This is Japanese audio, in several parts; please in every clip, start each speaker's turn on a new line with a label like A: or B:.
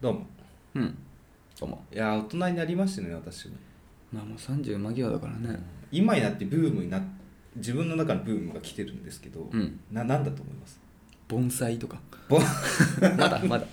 A: どうも
B: うんどうも
A: いやー大人になりましたね私も
B: まあもう30間際だからね
A: 今になってブームになっ自分の中のブームが来てるんですけど、
B: うん
A: ななんだと思います
B: 盆栽とか
A: ぼ
B: まだまだ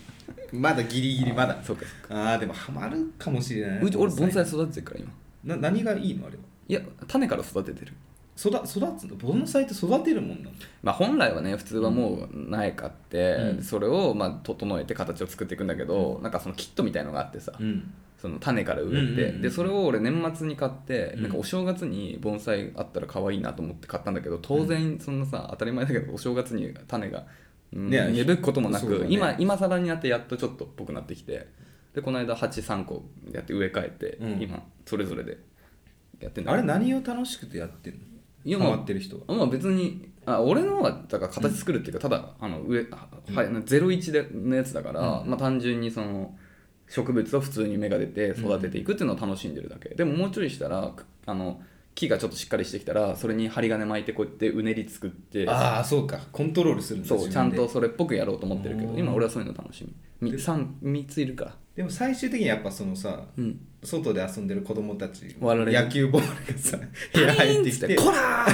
A: まだギリギリまだ
B: そうかそ
A: あーでもハマるかもしれないな
B: うち俺盆栽
A: 栽
B: 育ててるから今
A: な何がいいのあれはい
B: や種から育ててる
A: 育育つの盆栽って育てるもんなの
B: まあ本来はね普通はもう苗買って、
A: うん
B: それをまあ整えて形を作っていくんだけど、なんかそのキットみたいのがあってさ、
A: うん
B: その種から植えて、
A: うんうんうん
B: でそれを俺年末に買って、
A: うん
B: なんかお正月に盆栽あったら可愛いなと思って買ったんだけど当然そんなさ当たり前だけどお正月に種が、うん
A: ね
B: 芽吹くこともな
A: そう
B: く、
A: だね
B: 今今更になってやっとちょっとっぽくなってきてでこの間鉢3個やって植え替えて、
A: うん
B: 今それぞれでやってんだ
A: あ
B: け
A: れ
B: ど
A: 何を楽しくてやってんの
B: いやまあ
A: ハマってる人は
B: まあ別にあ俺の方がだから形作るっていうか、ただあの上、はい、01でのやつだから、
A: うん
B: まあ、単純にその植物を普通に芽が出て育てていくっていうのを楽しんでるだけ、でももうちょいしたらくあの木がちょっとしっかりしてきたらそれに針金巻いてこうやってうねり作って
A: ああそうかコントロールするんだ
B: そう
A: 自
B: ちゃ
A: 分
B: ん
A: で
B: とそれっぽくやろうと思ってるけ
A: お
B: ど
A: ー
B: 今俺はそういうの楽しみみ 3, 三ついるから
A: でも最終的にやっぱそのさ
B: うん
A: 外で遊んでる子供たち
B: 割られる
A: 野球ボールがさ部屋入ってき
B: パリ
A: て
B: ーンっつこら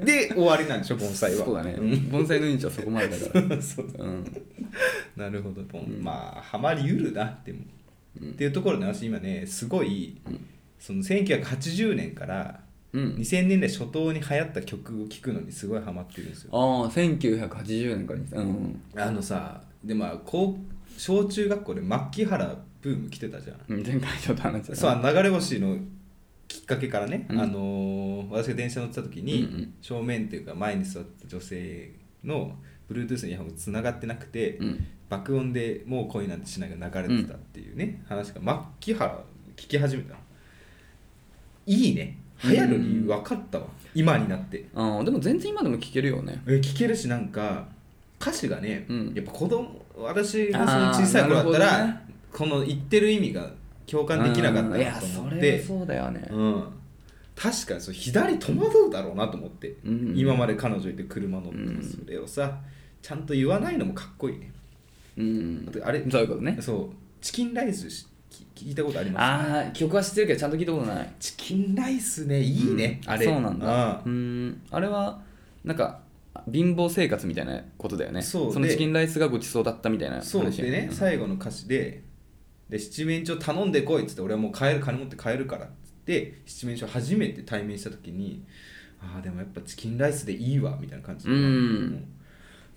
B: ー
A: で終わりなんでしょ盆栽は
B: そうだね盆栽の命はそこまでだからうん
A: なるほど、まあハマりうるなでも、っていうところで私今ねすごい、その1980年から
B: うん
A: 2000年代初頭に流行った曲を聴くのにすごいハマってるんですよ
B: ああ1980年からにうん
A: あのさでまあ高小中学校で牧原ブーム来てたじゃん
B: うん前回ちょっと話した
A: そうあの流れ星のきっかけからね、
B: うん
A: あのー私が電車乗ってた時に、
B: うんうん
A: 正面というか前に座ってた女性の Bluetooth のイヤホンが繋がってなくて、
B: うん
A: 爆音でもう恋なんてしないが流れてたっていうね、話が牧原聞き始めたのいいね流行る理由分かったわ、今になって
B: ああでも全然今でも聞けるよね
A: え聞けるしなんか歌詞がね、
B: うん
A: やっぱ子供私がその小さい頃だった
B: あーな
A: ら、
B: るほど
A: この言ってる意味が共感できなかった
B: うん
A: な
B: いや
A: と思
B: そ
A: っ
B: れ
A: て
B: はそうだよね
A: うん、確かにそう左戸惑うだろうなと思って、
B: うん
A: 今まで彼女いて車乗っても、
B: うん
A: それをさちゃんと言わないのもかっこいいね
B: うん
A: だってあれ
B: そういうこと ね
A: そうチキンライスしき聞いたことあります
B: ああ曲は知ってるけどちゃんと聞いたことない
A: チキンライスねいいね、
B: うん
A: あれ
B: そうなんだ
A: あ
B: うんあれはなんか貧乏生活みたいなことだよね
A: そう
B: の
A: で
B: チキンライスがごちそうだったみたいな話
A: そうでね、
B: うん
A: 最後の歌詞でで七面鳥頼んでこいっつって俺はもう帰る金持って帰るからっつって七面鳥初めて対面した時にああでもやっぱチキンライスでいいわみたいな感じで、
B: うん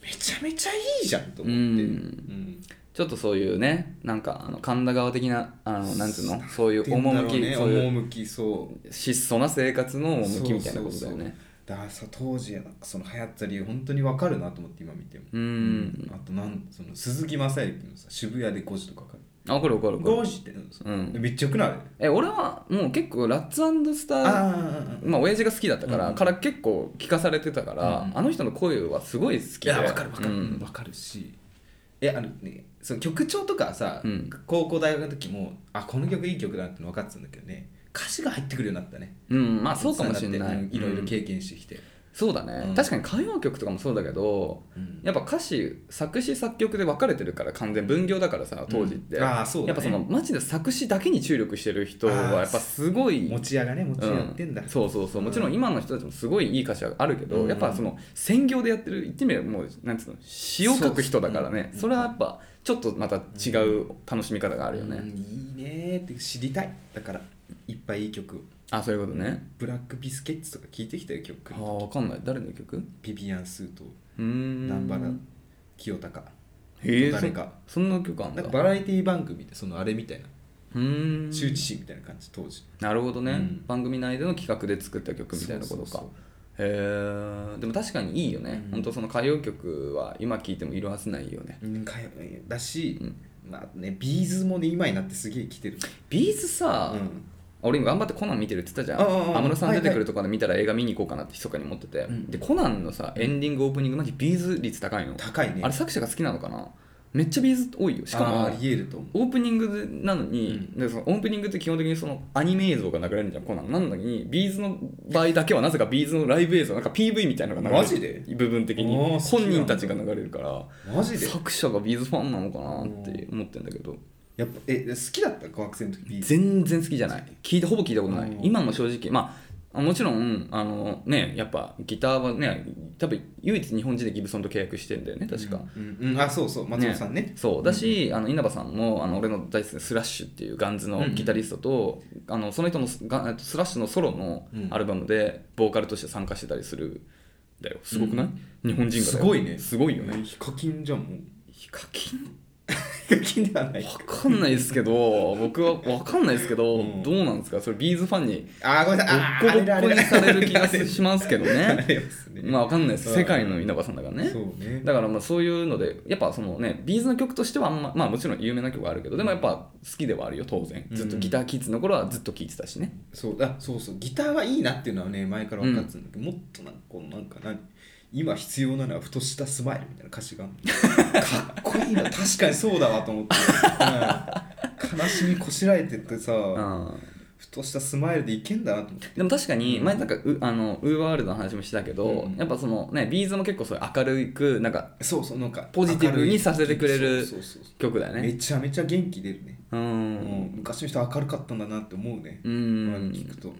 A: めちゃめちゃいいじゃんと思って、
B: うん
A: うん
B: ちょっとそういうねなんかあの神田川的なあのなんつうのそういう
A: なんだろ
B: 趣、
A: うね
B: そういう
A: 趣そう
B: 質素な生活の趣みたいなこと
A: そうそ
B: だよね
A: うそうだからさ当時その流行った理由本当に分かるなと思って今見ても
B: うん
A: あとなんその鈴木雅之のさ渋谷で5時とかかる
B: あこれこれこれ
A: 5時ってなんですか、
B: うん
A: めっちゃよくない
B: え俺はもう結構ラッツスタ
A: あ
B: ー
A: あ
B: まあ親父が好きだったから、
A: うん
B: から結構聞かされてたから、
A: うん
B: あの人の声はすごい好
A: い
B: きで
A: や分かる分かる、
B: う
A: うん、
B: ん
A: 分かるしえあのねその曲調とかさ、
B: うん
A: 高校大学の時もあこの曲いい曲だなっての分かってたんだけどね歌詞が入ってくるようになったね
B: うんまあそうかもしれない、
A: うんいろいろ
B: うん
A: 経験してきて、
B: そうだね、
A: うん
B: 確かに歌謡曲とかもそうだけど
A: うん
B: やっぱ歌詞作詞作曲で分かれてるから完全分業だからさ当時って、
A: うんああそうだね
B: やっぱそのマジで作詞だけに注力してる人はやっぱすごい
A: 持ち屋がね持ち屋やってんだ、
B: うそうそうそうもちろん今の人たちもすごいいい歌詞はあるけど、
A: うん
B: やっぱその専業でやってる言ってみればもうなんつうの詩を書く人だからね
A: そう
B: それはやっぱちょっとまた違う楽しみ方があるよね、
A: うんいいねーって知りたいだからいっぱいいい曲
B: あそういうことね、
A: ブラックビスケッツとか聴いてきたよ曲
B: ああ分かんない誰の曲う
A: ビビアン・スーと
B: ーん
A: 南原清隆
B: へえ
A: 誰か
B: そそんな曲あん
A: な
B: だ
A: んかバラエティ番組でそのあれみたいな
B: うーん
A: 周知心みたいな感じ当時
B: なるほどね、
A: うん
B: 番組内での企画で作った曲みたいなことか
A: そうそう
B: へえでも確かにいいよね、
A: うん
B: 本当その歌謡曲は今聴いても色褪せないよね
A: そううんかよだし、
B: うん
A: まあねビーズもね今になってすげえ来てる
B: ビーズさ、
A: うん
B: 俺今頑張ってコナン見てるって言ったじゃ
A: うんうんうん
B: ん安室さん出て
A: はい
B: く
A: は
B: るとかで見たら映画見に行こうかなって密かに思ってて、
A: ん
B: でコナンのさエンディングオープニングマジビーズ率高いの、
A: 高いね
B: あれ作者が好きなのかなめっちゃビーズ多いよしか
A: あ
B: も
A: ーありえると思う
B: オープニングなのに、でそのオープニングって基本的にそのアニメ映像が流れるじゃんコナンなのにビーズの場合だけはなぜかビーズのライブ映像なんか PV みたいなのが流れる
A: マジで
B: 部分的に
A: あー好きなんだ
B: 本人たちが流れるから
A: マジで
B: 作者がビーズファンなのかなって思ってんだけど
A: やっぱえ好きだった学生の時ビール
B: 全然好きじゃない聞いたほぼ聞いたことない、
A: うん
B: 今も正直まあもちろんあのねやっぱギターはね多分唯一日本人でギブソンと契約してんだよね確か、
A: うん、うんうんあそうそう松本さんね
B: そうだし、あの稲葉さんもあの俺の大好きなスラッシュっていうガンズのギタリストと、あのその人のスガえっとスラッシュのソロの
A: うん
B: アルバムでボーカルとして参加してたりするんだよすごくない、
A: う
B: 日本人がだ
A: す
B: よ
A: ごいね
B: すごいよね
A: ヒカキンじゃん もう
B: ヒカキン
A: ヒカキンではない
B: わかんないですけど僕はわかんないですけど、
A: うん
B: どうなんですかそれビーズファンに
A: あーごめんなさいあ
B: ボ
A: ーあ
B: ッコボ
A: れだあ
B: ッコ
A: れ
B: に
A: だ
B: される気がしますけど
A: あ
B: ね
A: れですね
B: まあわかんないです
A: うん
B: 世界の稲葉さんだからね
A: そうね
B: だからまあそういうのでやっぱそのねビーズの曲としてはあんま、まあ、もちろん有名な曲はあるけどでもやっぱ好きではあるよ当然ずっとギターキッズの頃はずっと聴いてたしね、
A: そうだそうそうギターはいいなっていうのはね前から分かってたんだけど、もっとなんかこのなんか何今必要なのはふとしたスマイルみたいな歌詞があんのかっこいい な確かにそうだわと思って、うん悲しみこしらえてってさ、
B: うん、
A: ふとしたスマイルでいけんだなと思って
B: でも確かに前なんかうあのウーバーワールドの話もしてたけど、
A: うん
B: やっぱそのねビーズも結構そういう明るくなんか
A: そうそうなんか
B: ポジティブにさせてくれる
A: 明いそうそうそう
B: 曲だよ
A: め
B: ね
A: ちゃめちゃ元気出るね、
B: う
A: も
B: ん
A: う昔の人明るかったんだなって思うね、
B: う
A: あれ聞
B: ん
A: くと、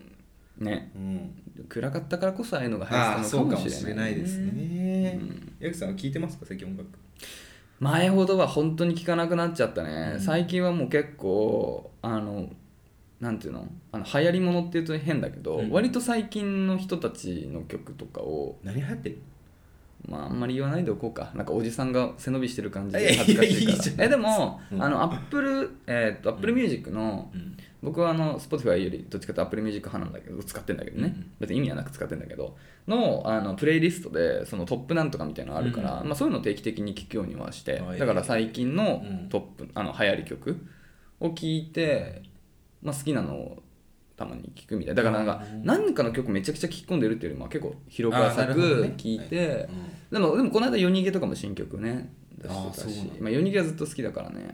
B: ね
A: うん、
B: 暗かったからこそああいうのが
A: ああ
B: 流
A: そ
B: 行っ
A: う
B: た
A: かも
B: のかも
A: し
B: し
A: れ
B: れ
A: な
B: ないい
A: です
B: う
A: ね
B: ん
A: 矢口さんは聞いてますか最近音楽
B: 前ほどは本当に聞かなくなっちゃったね、
A: うん
B: 最近はもう結構あのなんていうのあの流行りものっていうと変だけど、
A: うん
B: 割と最近の人たちの曲とかを
A: 何流行ってる
B: まああんまり言わないでおこうかなんかおじさんが背伸びしてる感じ
A: いや
B: で
A: いや
B: 恥ずかしいか
A: いいじゃん
B: らえでも、
A: うん
B: あのアップルえっとアップルミュージックの、
A: うん
B: 僕はあの Spotify よりどっちかというと Apple Music 派なんだけど使ってんだけどね、
A: うん
B: 別に意味はなく使ってんだけどのあのプレイリストでそのトップなんとかみたいなのあるから、
A: うん
B: まあ、そういうのを定期的に聞くようにはして、
A: はい
B: だから最近の
A: うん
B: トップ、あの流行り曲を聞いて、まあ、好きなのをたまに聞くみたいなだからなんか
A: うん
B: 何かの曲めちゃくちゃ聴き込んでるっていうよりも結構広く
A: あー
B: 浅
A: な
B: く
A: るほどね
B: 聞いて、
A: うん
B: でもでもこの間夜逃げとかも新曲ね出してた
A: あーそう
B: し
A: なんだ
B: まあ、夜逃げはずっと好きだからね、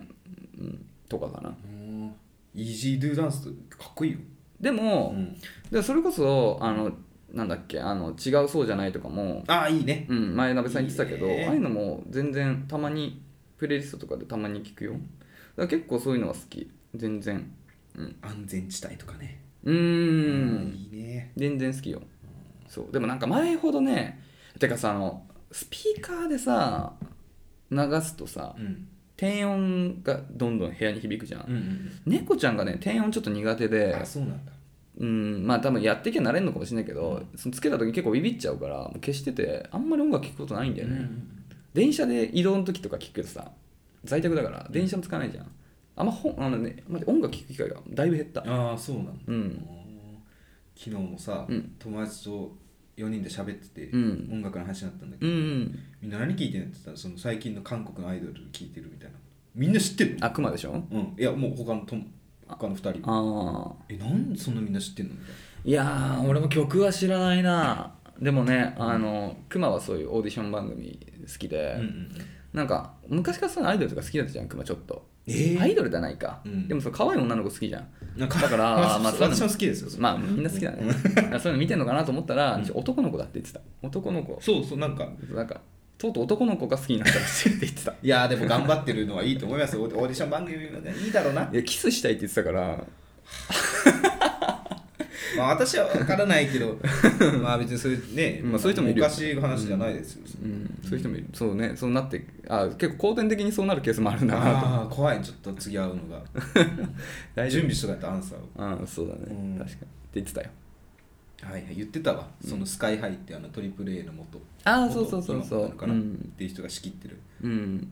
B: うん、とかかな
A: うんイージードゥダンスとかっこいいよ、
B: でも、
A: うん
B: でそれこそあのなんだっけあの違うそうじゃないとかも、
A: ああいいね
B: うん、前鍋さん言ってたけど
A: いいね
B: ああいうのも全然たまにプレイリストとかでたまに聞くよだから結構そういうのは好き全然うん
A: 安全地帯とかね
B: うー
A: うんいいね
B: 全然好きよそうでもなんか前ほどねてかさあのスピーカーでさ流すとさ
A: うん
B: 低音がどんどん部屋に響くじゃん、
A: うん
B: 猫ちゃんがね低音ちょっと苦手で
A: あそうなんだ
B: うんまあ多分やってきゃ慣れるのかもしれないけど、そのつけた時結構ビビっちゃうからもう消しててあんまり音楽聴くことないんだよね、電車で移動の時とか聴くけどさ在宅だから電車も使わないじゃんあんま本あの、ね、待って音楽聴く機会がだいぶ減った
A: ああそうなんだ、
B: うん
A: 昨日もさ、
B: うん
A: 友達と4人で喋ってて、
B: うん
A: 音楽の話になったんだけ
B: う
A: ど、
B: んうん
A: みんな何聞いてんのって言ったらその最近の韓国のアイドル聞いてるみたいなみんな知ってるの
B: 悪魔でしょ
A: うんいやもう他のとも他の2人も
B: ああ
A: えなんでそんなみんな知ってんのみたいない
B: やー俺も曲は知らないなでもねあのクマはそういうオーディション番組好きで、
A: うんうんうん
B: なんか昔からそういうアイドルとか好きだったじゃんクマちょっと、
A: えー
B: アイドルじゃないか、
A: うん
B: でもそう可愛い女の子好きじゃん
A: なん
B: だからまあそういうの
A: 私も好きですよそれ
B: まあみんな好きだね。そういうの見てんのかなと思ったら、男の子だって言ってた。男の子。
A: そうそうなんか
B: なんか、とうとう男の子が好きになったらしいって言ってた。、
A: いやーでも頑張ってるのはいいと思い ますよオーディオーディション番組いいだろうない
B: や、キスした いって言ってたから、
A: まあ、私は分からないけ どまあ別にそういうね、
B: まあそういう人もいる
A: お
B: よ
A: かしい話じゃないですよ、
B: うん、そういう人もいる。そうね、そうなって、あ結構後天的にそうなるケースもあるんだなと。
A: ああ怖いちょっと次会うの が
B: 大
A: 準
B: 丈
A: 備しとかやったアンサーを
B: うん、そうだね。
A: うん
B: 確かに。って言ってたよ。
A: はいはい言ってたわそのスカイハイってあのトリプル A の元
B: ああ、
A: 元
B: そうそうそうそ
A: 今もな
B: う
A: の。か
B: う
A: な、っ
B: ん。
A: ていう人が仕切ってる
B: うん。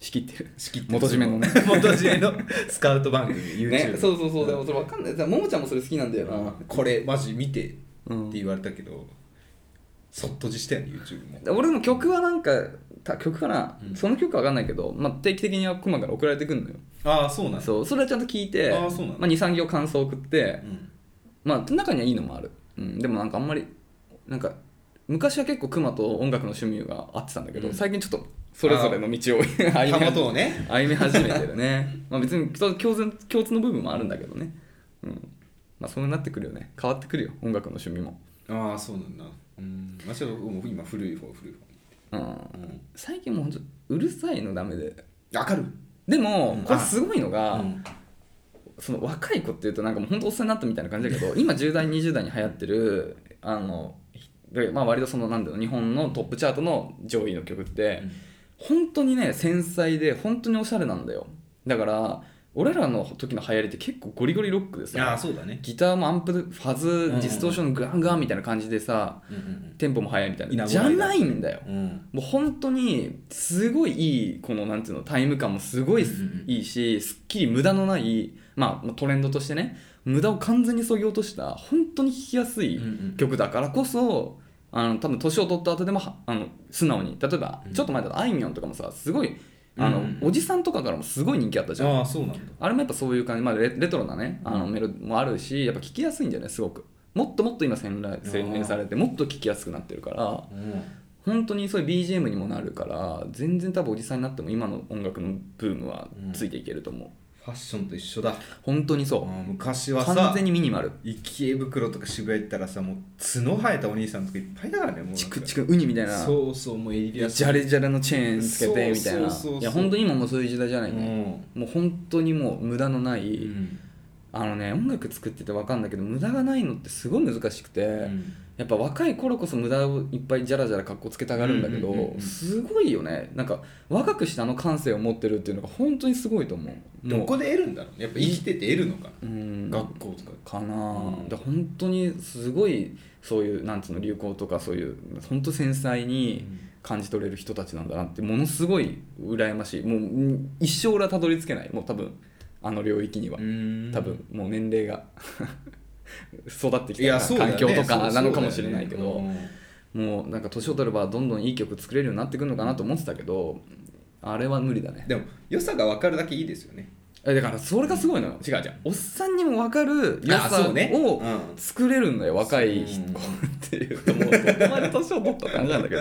B: 仕切ってる。
A: 仕切ってる
B: 元締めのね
A: 元締めのスカウト番組 YouTube、
B: ね、そうそうそう。で
A: ん
B: もそれわかんない。だからももちゃんもそれ好きなんだよな。
A: これマジ見てって
B: うん
A: 言われたけどそっとじしたよね YouTube も
B: 俺も曲はなんかた曲かな、
A: うん
B: その曲は分かんないけど、まあ、定期的にはクマから送られてくるのよ
A: ああそうなんだ
B: そうそれはちゃんと聞いて
A: あーそうなんだ
B: まあ、23行感想送って
A: う、ん
B: まあ、中にはいいのもある、うん、でもなんかあんまりなんか昔は結構クマと音楽の趣味が合ってたんだけど、
A: うん
B: 最近ちょっとそれぞれの道を歩み
A: たまとをね
B: 歩み始めてるね まあ別に共通共通の部分もあるんだけどね、うんまあ、そうなってくるよね変わってくるよ音楽の趣味も、
A: ああそうなんだうん私はもう今古い方古い方
B: うん、
A: うん
B: 最近もうほんとうるさいのダメで
A: わかる
B: でも
A: うん
B: これすごいのが、
A: うん
B: その若い子っていうとなんかもう本当おっさんになったみたいな感じだけど今10代20代に流行ってるあの、まあ、割とそのなんだろう日本のトップチャートの上位の曲って、
A: うん
B: 本当にね繊細で本当におしゃれなんだよだから俺らの時の流行りって結構ゴリゴリロックで
A: ああ
B: さ
A: そうだね、
B: ギターもアンプファズ
A: んうん
B: ディストーションガンガンみたいな感じでさ
A: うんうん
B: テンポも速いみたい
A: 稲
B: な
A: 穂
B: じゃないんだよ
A: うんうん、
B: もう本当にすごいいいこのなんていうのタイム感もすごい
A: うんうんうん
B: いいしすっきり無駄のないまあトレンドとしてね無駄を完全に削ぎ落とした本当に聴きやすい
A: うん
B: 曲だからこそあの多分年を取った後でもはあの素直に例えば
A: うん
B: ちょっと前だとあいみょんとかもさすごいあの、
A: うんうんうん
B: おじさんとかからもすごい人気あったじゃん
A: ああそうなんだ
B: あれもやっぱそういう感じ、まあ、レレトロなねあの
A: うん
B: メロもあるしやっぱ聴きやすいんだよねすごくもっともっと今洗練洗練されてもっと聴きやすくなってるから
A: うん
B: 本当にそういう BGM にもなるから全然多分おじさんになっても今の音楽のブームはついていけると思う、
A: ファッションと一緒だ
B: 本当に
A: あ
B: そ
A: ー昔
B: う
A: は
B: 完
A: さ
B: 全にミニマル
A: 池袋とか渋谷行ったらさもう角生えたお兄さんとかいっぱいだからねもうなんか
B: チクチクウニみたいな
A: そうそうもうエリア
B: ジャレジャレのチェーンつけてみたいな
A: そうそうそうそう
B: いや本当に今もうそういう時代じゃないね、もう本当にもう無駄のない、
A: うんうん
B: あのね音楽作ってて分かんだけど無駄がないのってすごい難しくて、
A: うん
B: やっぱ若い頃こそ無駄をいっぱいジャラジャラかっこつけたがるんだけど、
A: うんうんうんうん
B: すごいよねなんか若くしてあの感性を持ってるっていうのが本当にすごいと思う
A: ど
B: も
A: こで得るんだろうねやっぱ生きてて得るのかな
B: ううん
A: 学校とか
B: かなあ、
A: うん
B: で本当にすごいそういうなんつうの流行とかそういう本当繊細に感じ取れる人たちなんだなってものすごい羨ましいもううん一生俺はたどり着けないもう多分あの領域には
A: うん
B: 多分もう年齢が 育って
A: い
B: き
A: や
B: た
A: そうだよ
B: 環
A: ね
B: 境と
A: そ
B: か
A: う
B: なのかもしれないけど、
A: そうだよね
B: もうなんか年を取ればどんどんいい曲作れるようになってくるのかなと思ってたけどあれは無理だ
A: う
B: ね
A: んでも良さが分かるだけいいですよね
B: えだからそれがすごいのよ違う違うおっさんにも分かる良
A: あ
B: さ
A: そうね
B: を
A: うん
B: 作れるんだよ若い
A: そう
B: 子っていうともうそこまで年を取った感じなんだけど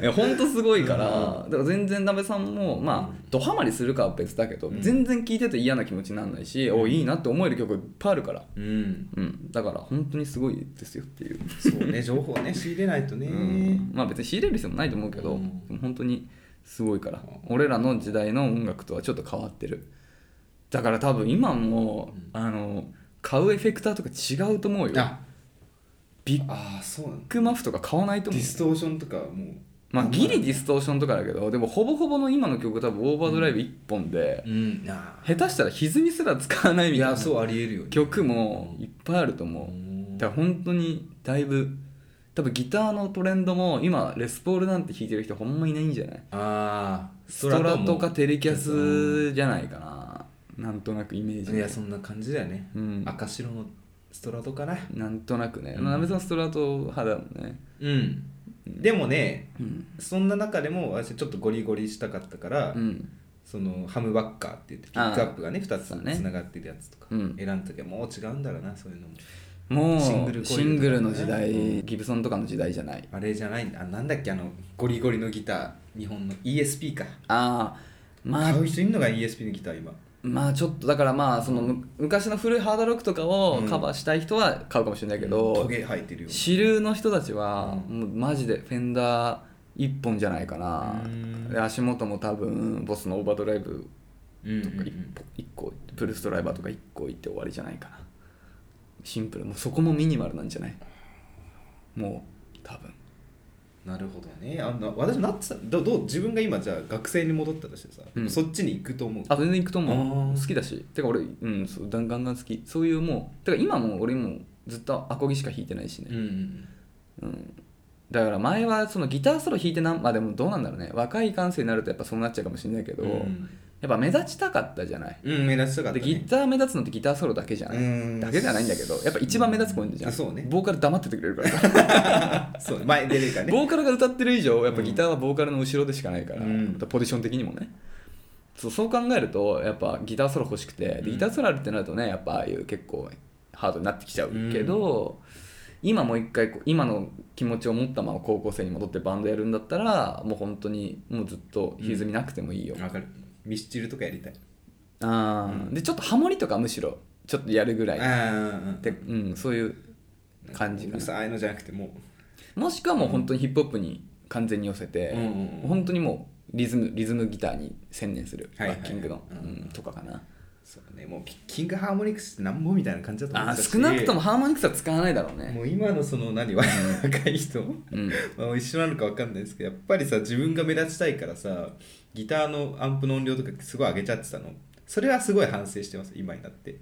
B: いやほんとすごいからだから全然鍋さんもまあドハマりするかは別だけど
A: うん
B: 全然聴いてて嫌な気持ちにならないしおいいなって思える曲いっぱいあるから
A: うん
B: うんだから本当にすごいですよっていう
A: そう ね情報ね仕入れないとね
B: うんまあ別に仕入れる必要もないと思うけど、
A: うん
B: でも本当にすごいから、
A: う
B: 俺らの時代の音楽とはちょっと変わってるだから多分今も、あの買うエフェクターとか違うと思うよ
A: あ
B: ビッ
A: あーそうなんだ
B: グマフとか買わないと
A: デ
B: 思
A: ィ
B: う
A: ストーションとかもう
B: まあギリディストーションとかだけどでもほぼほぼの今の曲多分オーバードライブ1本で、
A: うんな
B: 下手したら歪みすら使わないみたいな
A: そうありえるよね
B: 曲もいっぱいあると思う、
A: うん
B: だから本当にだいぶ多分ギターのトレンドも今レスポールなんて弾いてる人ほんまいないんじゃない
A: ああ
B: ストラとかテレキャ
A: う
B: スじゃないかななんとなくイメージ
A: んいやそんな感じだよね、
B: うん
A: 赤白のストラトかな
B: なんとなくね
A: うん
B: まあなべさんストラト派だもんね
A: うんでもね
B: うん
A: そんな中でも私ちょっとゴリゴリしたかったから、
B: うん
A: そのハムバッカーって言ってピックアップがね2つ
B: そうね
A: つながってるやつとか、
B: うん
A: 選んだ時はもう違うんだろうなそういうのも
B: もう
A: シ
B: シ
A: ン
B: ン
A: グ
B: グ
A: ル
B: ル,、
A: コイルとかね
B: の時代、
A: うん
B: ギブソンとかの時代じゃない
A: あれじゃないんだあなんだっけあのゴリゴリのギター日本の ESP か
B: ああまあ
A: 買う人いるのが ESP のギター今
B: まあちょっとだからまあそのむ昔の古いハードロックとかをカバーしたい人は買うかもしれないけど、
A: トゲ生えてるよ
B: 主流の人たちは、
A: う
B: もうマジでフェンダー一本じゃないかな
A: うん
B: で足元も多分ボスのオーバードライブ
A: うん
B: とか 1, 個プルストライバーとか1個いって終わりじゃないかなシンプルもうそこもミニマルなんじゃないもう多分
A: なるほどねあの私なってたどどう自分が今じゃあ学生に戻ったとしてさ、
B: うん
A: そっちに行くと思う
B: あ全然いくと
A: あ
B: 思う
A: ー
B: 好きだしてか俺うんそうガンガンガン好きそういうもうてか今も俺もずっとアコギしか弾いてないしね、
A: うん
B: うん、だから前はそのギターソロ弾いてなんまあでもどうなんだろうね若い感性になるとやっぱそうなっちゃうかもしれないけど、
A: うん
B: やっぱ目立ちたかったじゃない、
A: うん、目立ちたかった、
B: で
A: ね、
B: ギター目立つのってギターソロだけじゃない、
A: うん
B: だけじゃないんだけどやっぱ一番目立つポイントじゃん、
A: あそうね
B: ボーカル黙っててくれるからさ
A: そう前に出るからね
B: ボーカルが歌ってる以上やっぱギターはボーカルの後ろでしかないから、
A: うん
B: またポジション的にもねそうそう考えるとやっぱギターソロ欲しくてで
A: うん
B: ギターソロあるってなるとねやっぱああいう結構ハードになってきちゃうけど、今もう一回こう今の気持ちを持ったまま高校生に戻ってバンドやるんだったらもう本当にもうずっと歪みなくてもいいよ、
A: わかるミスチルとかやりたい
B: あーでちょっとハモリとかむしろちょっとやるぐらい
A: あ
B: で、うん、そういう感じ
A: う
B: か
A: る
B: な
A: さいのじゃなくても
B: もしくはもう本当にヒップホップに完全に寄せて、
A: うんうんうん
B: 本当にもうリズムリズムギターに専念する
A: は
B: バ
A: いはいはい
B: ッキングの、
A: うん
B: うんとかかな
A: そうねもうピッキングハーモニクスってなんぼみたいな感じだと思
B: あ
A: ってたし
B: 少なくともハーモニクスは使わないだろうね
A: もう今のその何若い人
B: うん
A: まあ、一緒なのか分かんないですけどやっぱりさ自分が目立ちたいからさギターのアンプの音量とかすごい上げちゃってたのそれはすごい反省してます今になって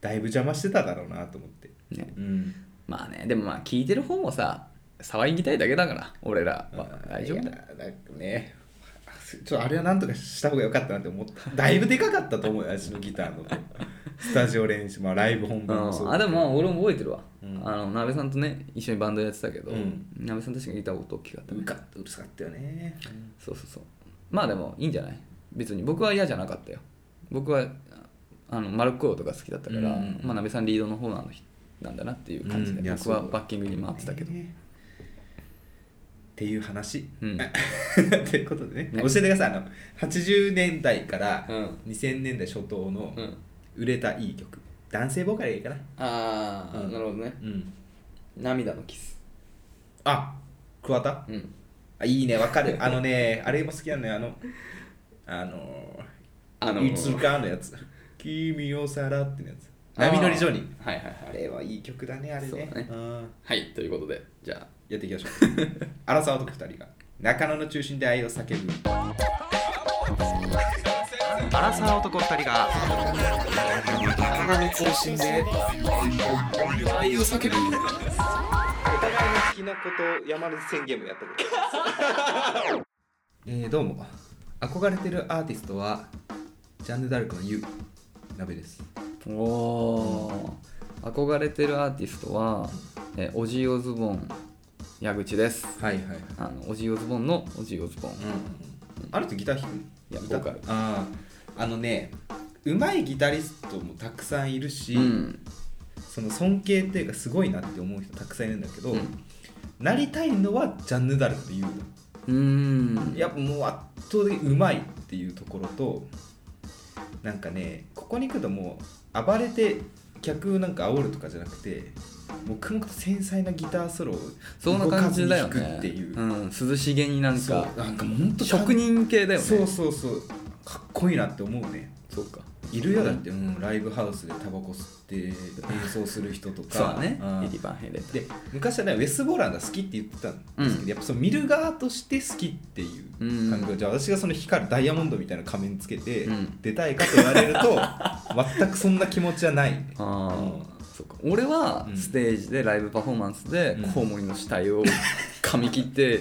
A: だいぶ邪魔してただろうなと思って
B: ね
A: うん
B: まあねでもまあ聴いてる方もさ騒ぎたいだけだから俺らは大丈夫だよ
A: いやなんかねちょっとあれはなんとかした方が良かったなって思っただいぶでかかったと思うよ私のギターのスタジオ練習まあライブ本
B: う、
A: 番もそうんだ
B: あ
A: け
B: で
A: ど
B: もまあ俺も覚えてるわ、
A: うん
B: あの鍋さんとね一緒にバンドやってたけど、
A: うん
B: 鍋さんたちがギター音大きかったね
A: うかうるさかったよね、
B: そうそうそうまあでもいいんじゃない別に僕は嫌じゃなかったよ僕はあの丸っこい音が好きだったから、
A: うん
B: まあ鍋さんリードの方なのなんだなっていう感じで、
A: うんいや
B: 僕は
A: そう
B: バッキングに回ってたけど、
A: ねっていう話
B: うん、
A: ということでね
B: ね
A: 教えてくださいあの80年代から
B: うん
A: 2000年代初頭の
B: うん、
A: 売れたいい曲男性ボーカルがいいかな
B: ああ、
A: うん
B: なるほどね
A: うん
B: 涙のキス
A: あ桑田
B: うん
A: あいいねわかるあのねあれも好きなのよあのあの
B: あの
A: いつかのやつ「君をさら」ってのやつ
B: あー
A: 波乗りジョニー
B: はいはい
A: あ
B: はい
A: れはいい曲だねあれ
B: そう
A: ね
B: だね
A: うん
B: はいということでじゃ
A: やっていきましょう 荒沢男2人が中野の中心で愛を叫ぶ
B: あアラサー男2人が
C: 中身中心で
B: 愛を叫ぶ
A: お互いの好きなことを山根宣言もやったことですえーどうも憧れてるアーティストはジャンヌ・ダルクの YOU 鍋です
B: おおー憧れてるアーティストは、えーオジー・オズボン矢口です
A: はいはい
B: あのオジー・オズボンのオジー・オズボン、
A: うんある人ギター弾く
B: いや
A: 歌
B: ボーカル
A: あーあのねうまいギタリストもたくさんいるし、
B: うん
A: その尊敬っていうかすごいなって思う人たくさんいるんだけど、
B: うん
A: なりたいのはジャンヌ・ダルクの YOU だ
B: うーん
A: やっぱもう圧倒的にうまいっていうところとなんかねここに来るともう暴れて客なんか煽るとかじゃなくてもうくまくと繊細なギターソロを
B: そんな感じだよ
A: 動かずに弾
B: ね
A: くっていう、
B: うん、涼しげになん
A: そう
B: か
A: なんかもうほんと
B: 職人系だよね
A: そうそうそうかっこいいなって思うね
B: そうか
A: いるよだって、うん、ライブハウスでタバコ吸って演奏する人とか
B: そうだね
A: ん
B: エディ・バンヘイレン
A: で昔はねウェス・ボーランド好きって言ってたんですけど、
B: うん
A: やっぱその見る側として好きっていう感覚、
B: う
A: じゃあ私がその光るダイヤモンドみたいな仮面つけて、
B: うん
A: 出たいかと言われると全くそんな気持ちはない、ね、
B: あー
A: う
B: そうか俺は
A: うん
B: ステージでライブパフォーマンスで
A: うん
B: コウモリの死体を噛み切って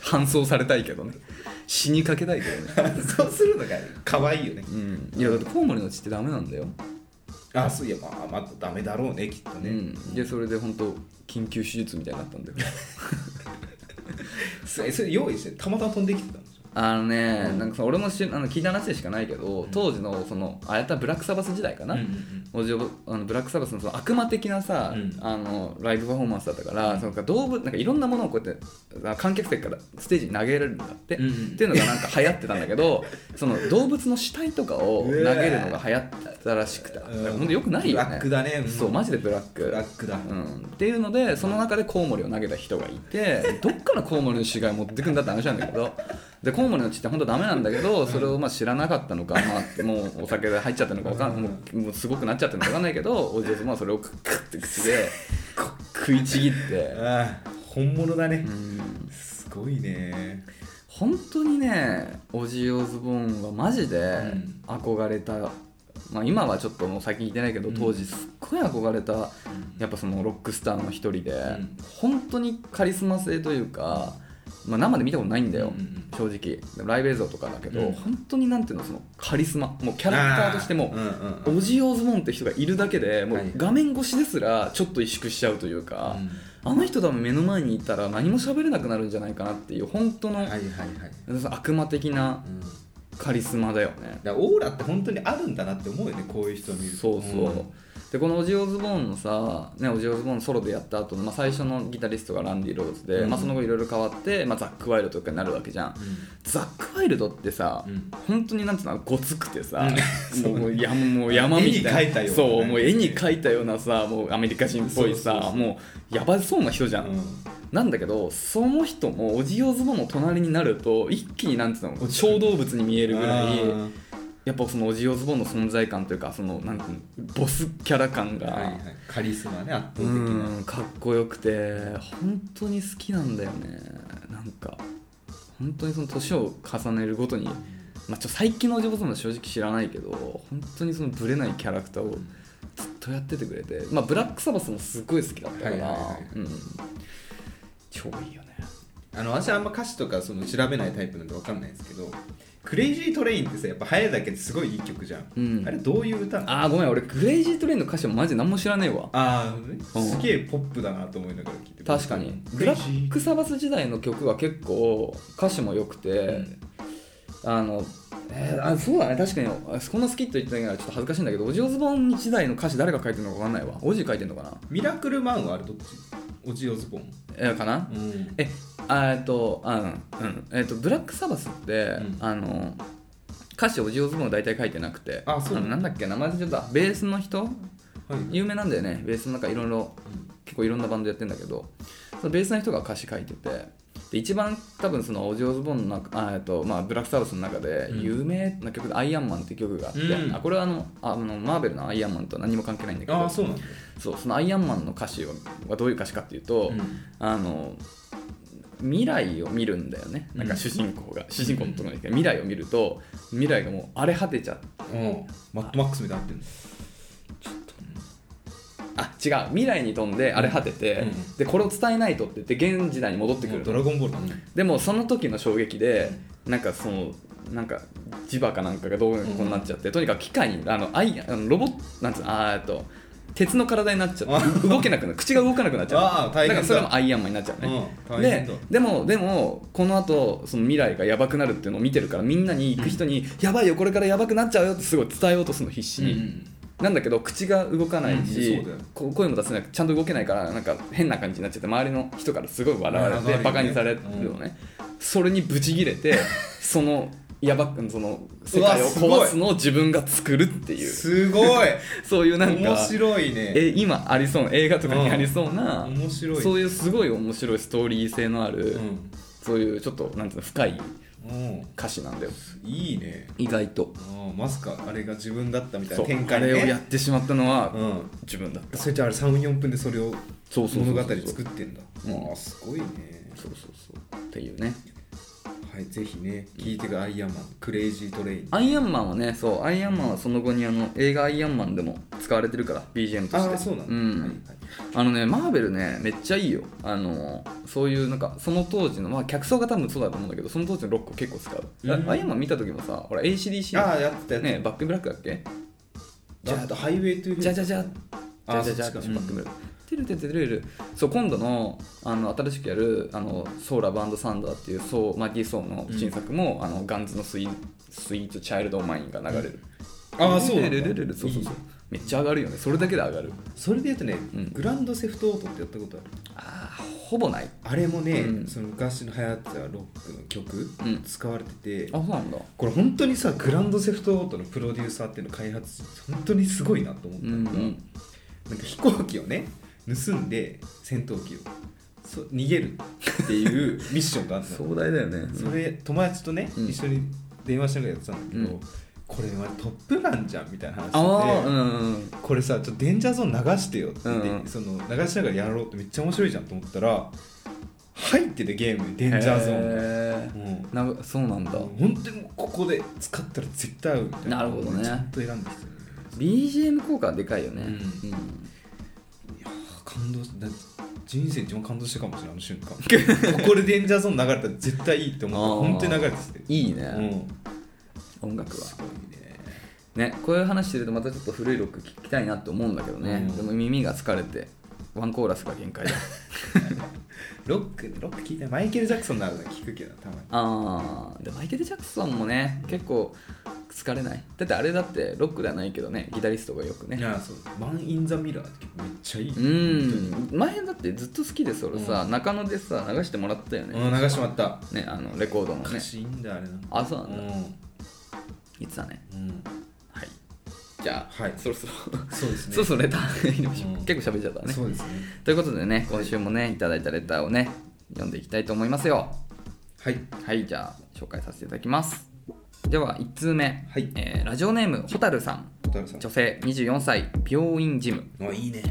B: 搬送されたいけどね死にかけたいけどね、
A: そうするのが可愛いよね
B: うん、いやだってコウモリの血ってダメなんだよ、
A: あそういやまあまあダメだろうねきっと
B: う
A: ね、
B: ん、でそれで本当緊急手術みたいになったんだよ
A: そそれ用意してたまたま飛んできてたんでしょ
B: あのねなんかさ俺もしあの聞いた話でしかないけど当時のそのあれだブラックサバス時代かな、おじおあのブラックサバスのその悪魔的なさ、
A: うん
B: あのライブパフォーマンスだったから、そのなんか動物なんかいろんなものをこうやってあ観客席からステージに投げられるんだって、
A: うんうん
B: っていうのがなんか流行ってたんだ けどその動物の死体とかを投げるのが流行ったらしくて、だからほんとよくないよね
A: ブラックだね、ん
B: そうマジでブラック
A: ブラックだ、
B: うん、っていうのでその中でコウモリを投げた人がい てどっからコウモリの死骸持ってくんだって話なんだけどでコウモリの血って本当ダメなんだけどそれをまあ知らなかったのか、まあ、もうお酒で入っちゃったのかわかんもうもうすごくなっちゃったのかわかんないけど お嬢様はそれをクックッて口でこ食いちぎって、
A: ああ本物だね
B: う、ん、
A: すごいね
B: 本当にねオジーオズボーンはマジで
A: ん
B: 憧れた、まあ、今はちょっともう最近いてないけど
A: うん
B: 当時すっごい憧れた、やっぱそのロックスターの一人で、
A: ん
B: 本当にカリスマ性というか、まあ、生で見たことないんだよ、
A: うんうん
B: 正直ライブ映像とかだけど、
A: うん
B: 本当になんていうのそのカリスマもうキャラクターとしても
A: あーうんうんうん
B: オジー・オズボーンって人がいるだけでもう
A: はい
B: 画面越しですらちょっと萎縮しちゃうというか、あの人多分目の前にいたら何も喋れなくなるんじゃないかなっていう本当の、
A: はいはいはい、
B: 悪魔的な
A: うん、だか
B: カリスマだよね
A: らオーラって本当にあるんだなって思うよねこういう人を見ると
B: そうそう、でこのオジオズボーンのさ、ね、オジオズボーンソロでやった後の、まあ最初のギタリストがランディ・ローズで、
A: うん
B: まあ、その後いろいろ変わって、まあ、ザック・ワイルドとかになるわけじゃんザック・ワイルドってさ、
A: うん
B: 本当になんていうのごつくてさ、
A: うん
B: もうやもう山みたいな
A: 絵に描いたような
B: そうもう絵に描いたようなさもうアメリカ人っぽいさ
A: そうそうそう
B: もうやばそうな人じゃん、
A: うん
B: なんだけどその人もオジオズボンの隣になると一気になんていうの小動物に見えるぐらい
A: あ
B: やっぱそのオジオズボンの存在感というかそのなんていうのボスキャラ感
A: ー
B: が、
A: はいはい、カリスマね圧倒的な
B: うんかっこよくて本当に好きなんだよねなんか本当にその年を重ねるごとに、まあ、ちょ最近のお嬢様は正直知らないけど本当にそのブレないキャラクターをずっとやっててくれて、まあ、ブラックサバスもすごい好きだったから、
A: はいはいはい
B: うん、超いいよね
A: あの私あんま歌詞とかその調べないタイプなんでわかんないんですけど「クレイジートレイン」ってさやっぱ早いだけですごいいい曲じゃん、
B: うん
A: あれどういう歌なの
B: あーごめん俺クレイジートレインの歌詞もマジ何も知らねえわ
A: あ
B: う
A: ー
B: ん
A: すげえポップだなと思いながら聞いて
B: 確かに
A: ク
B: ブ
A: レ
B: ラ
A: イジー
B: ックサバス時代の曲は結構歌詞も良くて、
A: ん
B: あの、えーあそうだね確かにあこんな好きって言ってたけどちょっと恥ずかしいんだけどオジオズボン時代の歌詞誰が書いてるのか分かんないわオジ書いてるのかな
A: ミラクルマンはあれどっちオジオズボン、
B: えーかな、
A: うん
B: えあえっとあうん、うん、えっとブラックサバスって、
A: ん
B: あの歌詞オジオズボンは大体書いてなくて
A: あそう
B: のなんだっけ名前忘れちゃったベースの人
A: はい、
B: 有名なんだよねベースの中いろいろ結構いろんなバンドやってんだけどそのベースの人が歌詞書いててで一番多分そのオジオズボンの中あ、えっとまあ、ブラックサウスの中で
A: うん
B: 有名な曲で「アイアンマン」って曲があって、
A: うん
B: あこれはあのああのマーベルの「アイアンマン」とは何も関係ないんだけ
A: あ
B: ど
A: あそうなんだ、
B: そうその「アイアンマン」の歌詞はどういう歌詞かっていうと、あの未来を見るんだよねなんか主人公が、主人公のところに未来を見ると未来がもう荒れ果てちゃって
A: うん、マッドマックスみたいになってるんです
B: あ違う未来に飛んで荒れ果てて、
A: うん
B: でこれを伝えないとって言って現時代に戻ってくる
A: ドラゴンボールだね
B: でもその時の衝撃でなんかそのなんか磁場かなんかがどういうこうなっちゃって、とにかく機械にあのアイあのロボッなんつうのあーえっと鉄の体になっちゃっ
A: あ
B: て動けなくなる口が動かなくなっちゃ
A: あ
B: う
A: ー大変だ
B: からそれもアイアンマンになっちゃうね、
A: うん大変
B: で
A: だ
B: でもでもこのあと未来がやばくなるっていうのを見てるからみんなに行く人に「やばいよこれからやばくなっちゃうよ」ってすごい伝えようとするの必死に、なんだけど口が動かないし、
A: うんそうだよ
B: こ声も出せなくちゃんと動けないからなんか変な感じになっちゃって周りの人からすごい笑われ
A: うん周
B: て
A: りにね
B: バカにされるのね、それにブチギレてそのやばくその世界を
A: うわ
B: 壊
A: す
B: す
A: ごい
B: のを自分が作るっていう
A: すごい
B: そういう なん
A: 面
B: か
A: 白いね
B: え今ありそう映画とかにありそうな、
A: 面白い
B: そういうすごい面白いストーリー性のある、
A: うん
B: そういうちょっとなんていうの深い
A: うん
B: 歌詞なんだよ
A: いいね
B: 意外と
A: うんまさかあれが自分だったみたい
B: そ
A: な
B: う
A: 展
B: あ
A: 開ね
B: れをやってしまったのは
A: うん
B: 自分だった
A: それじゃああれ34分でそれを
B: そうそう
A: 物
B: そう
A: 語
B: そう
A: 作ってんだ
B: うん
A: ああすごいね
B: そうそうそうっていうね
A: はいぜひね聞いてくアイアンマンクレイジートレイン
B: アイアンマンはねそうアイアンマンはその後にあの映画「アイアンマン」でも使われてるから BGM と
A: あ
B: して
A: あそうなんだ
B: ん
A: はいはい
B: あのねマーベルねめっちゃいいよあのそういうなんかその当時のまあ客層が多分そうだと思うんだけどその当時のロックを結構使う、
A: うん
B: アイアンマン見た時もさほら ACDC
A: ああやってたやつ
B: ねバックブラックだっけ
A: じゃあハイウェイトゥー
B: じゃじゃじゃじ
A: あ
B: ゃ
A: ー
B: じゃじゃ
A: そっちか
B: バックブラックてるてるてるてるそう今度のあの新しくやるあのソーラバンドサンダーっていうソーマーティー・ソーの新作も、あのガンズのスイスイート・チャイルド・マインが流れる、
A: ああそうな
B: ル
A: んだ
B: ルルルルそうそうそう
A: いい
B: めっちゃ上がるよねそれだけで上がる
A: それで言うとね
B: うん
A: グランドセフトオートってやったことある
B: ああほぼない
A: あれもね、
B: うん
A: その昔の流行ってたロックの曲、
B: うん
A: 使われてて
B: あそうなんだ
A: これ本当にさグランドセフトオートのプロデューサーっていうの開発本当にすごいなと思った
B: う
A: の
B: ん
A: が、なんか飛行機をね盗んで戦闘機をそ逃げるっていうミッションがあったの
B: 壮大だよね
A: それ友達とね、
B: うん
A: 一緒に電話しながらやってたんだけど、
B: うん
A: これはトップガンじゃんみたいな話してて、
B: ああうん
A: これさちょっとデンジャーゾーン流してよって言って、
B: うんうん
A: その流しながらやろうってめっちゃ面白いじゃんと思ったら入っててゲームにデンジャーゾーンが、
B: へ
A: うん
B: ーなそうなんだ
A: 本当にもうここで使ったら絶対合うみたいな
B: なるほどね
A: ちゃんと選んできてる
B: BGM 効果はでかいよね
A: ういやー感動しだ人生一番感動したかもしれないあの瞬間ここでデンジャーゾーン流れたら絶対いいって思ったら本当に流れてきて
B: いいね、
A: うん
B: 音楽は
A: すごいね
B: ねこういう話してるとまたちょっと古いロック聴きたいなって思うんだけどね、
A: うん
B: でも耳が疲れてワンコーラスが限界だ
A: ロックロック聞いてマイケル・ジャクソンなら聞くけどたまに
B: ああでマイケル・ジャクソンもね結構疲れないだってあれだってロックではないけどねギタリストがよくね
A: いやそうマン・イン・ザ・ミラーって曲めっちゃいい、
B: うん前だってずっと好きでそれさ、
A: う
B: 中野でさ流してもらったよね、
A: うん、流してもらった
B: ねあのレコードの
A: 歌
B: ね
A: 詞いいんだあれなんか
B: あそう
A: う
B: なんだ、言ってたね
A: ん、うん、
B: はいじゃあ、
A: はい
B: そろそろ、
A: そうですね
B: そろそろレター入れましょう、
A: うん
B: 結構喋っちゃったね
A: そうですね
B: ということでね今週もねいただいたレターをね読んでいきたいと思いますよ
A: はい
B: はいじゃあ紹介させていただきますでは1通目、
A: はい
B: えーラジオネームホタルさん
A: 小樽さん
B: 女性24歳病院事務
A: あいいね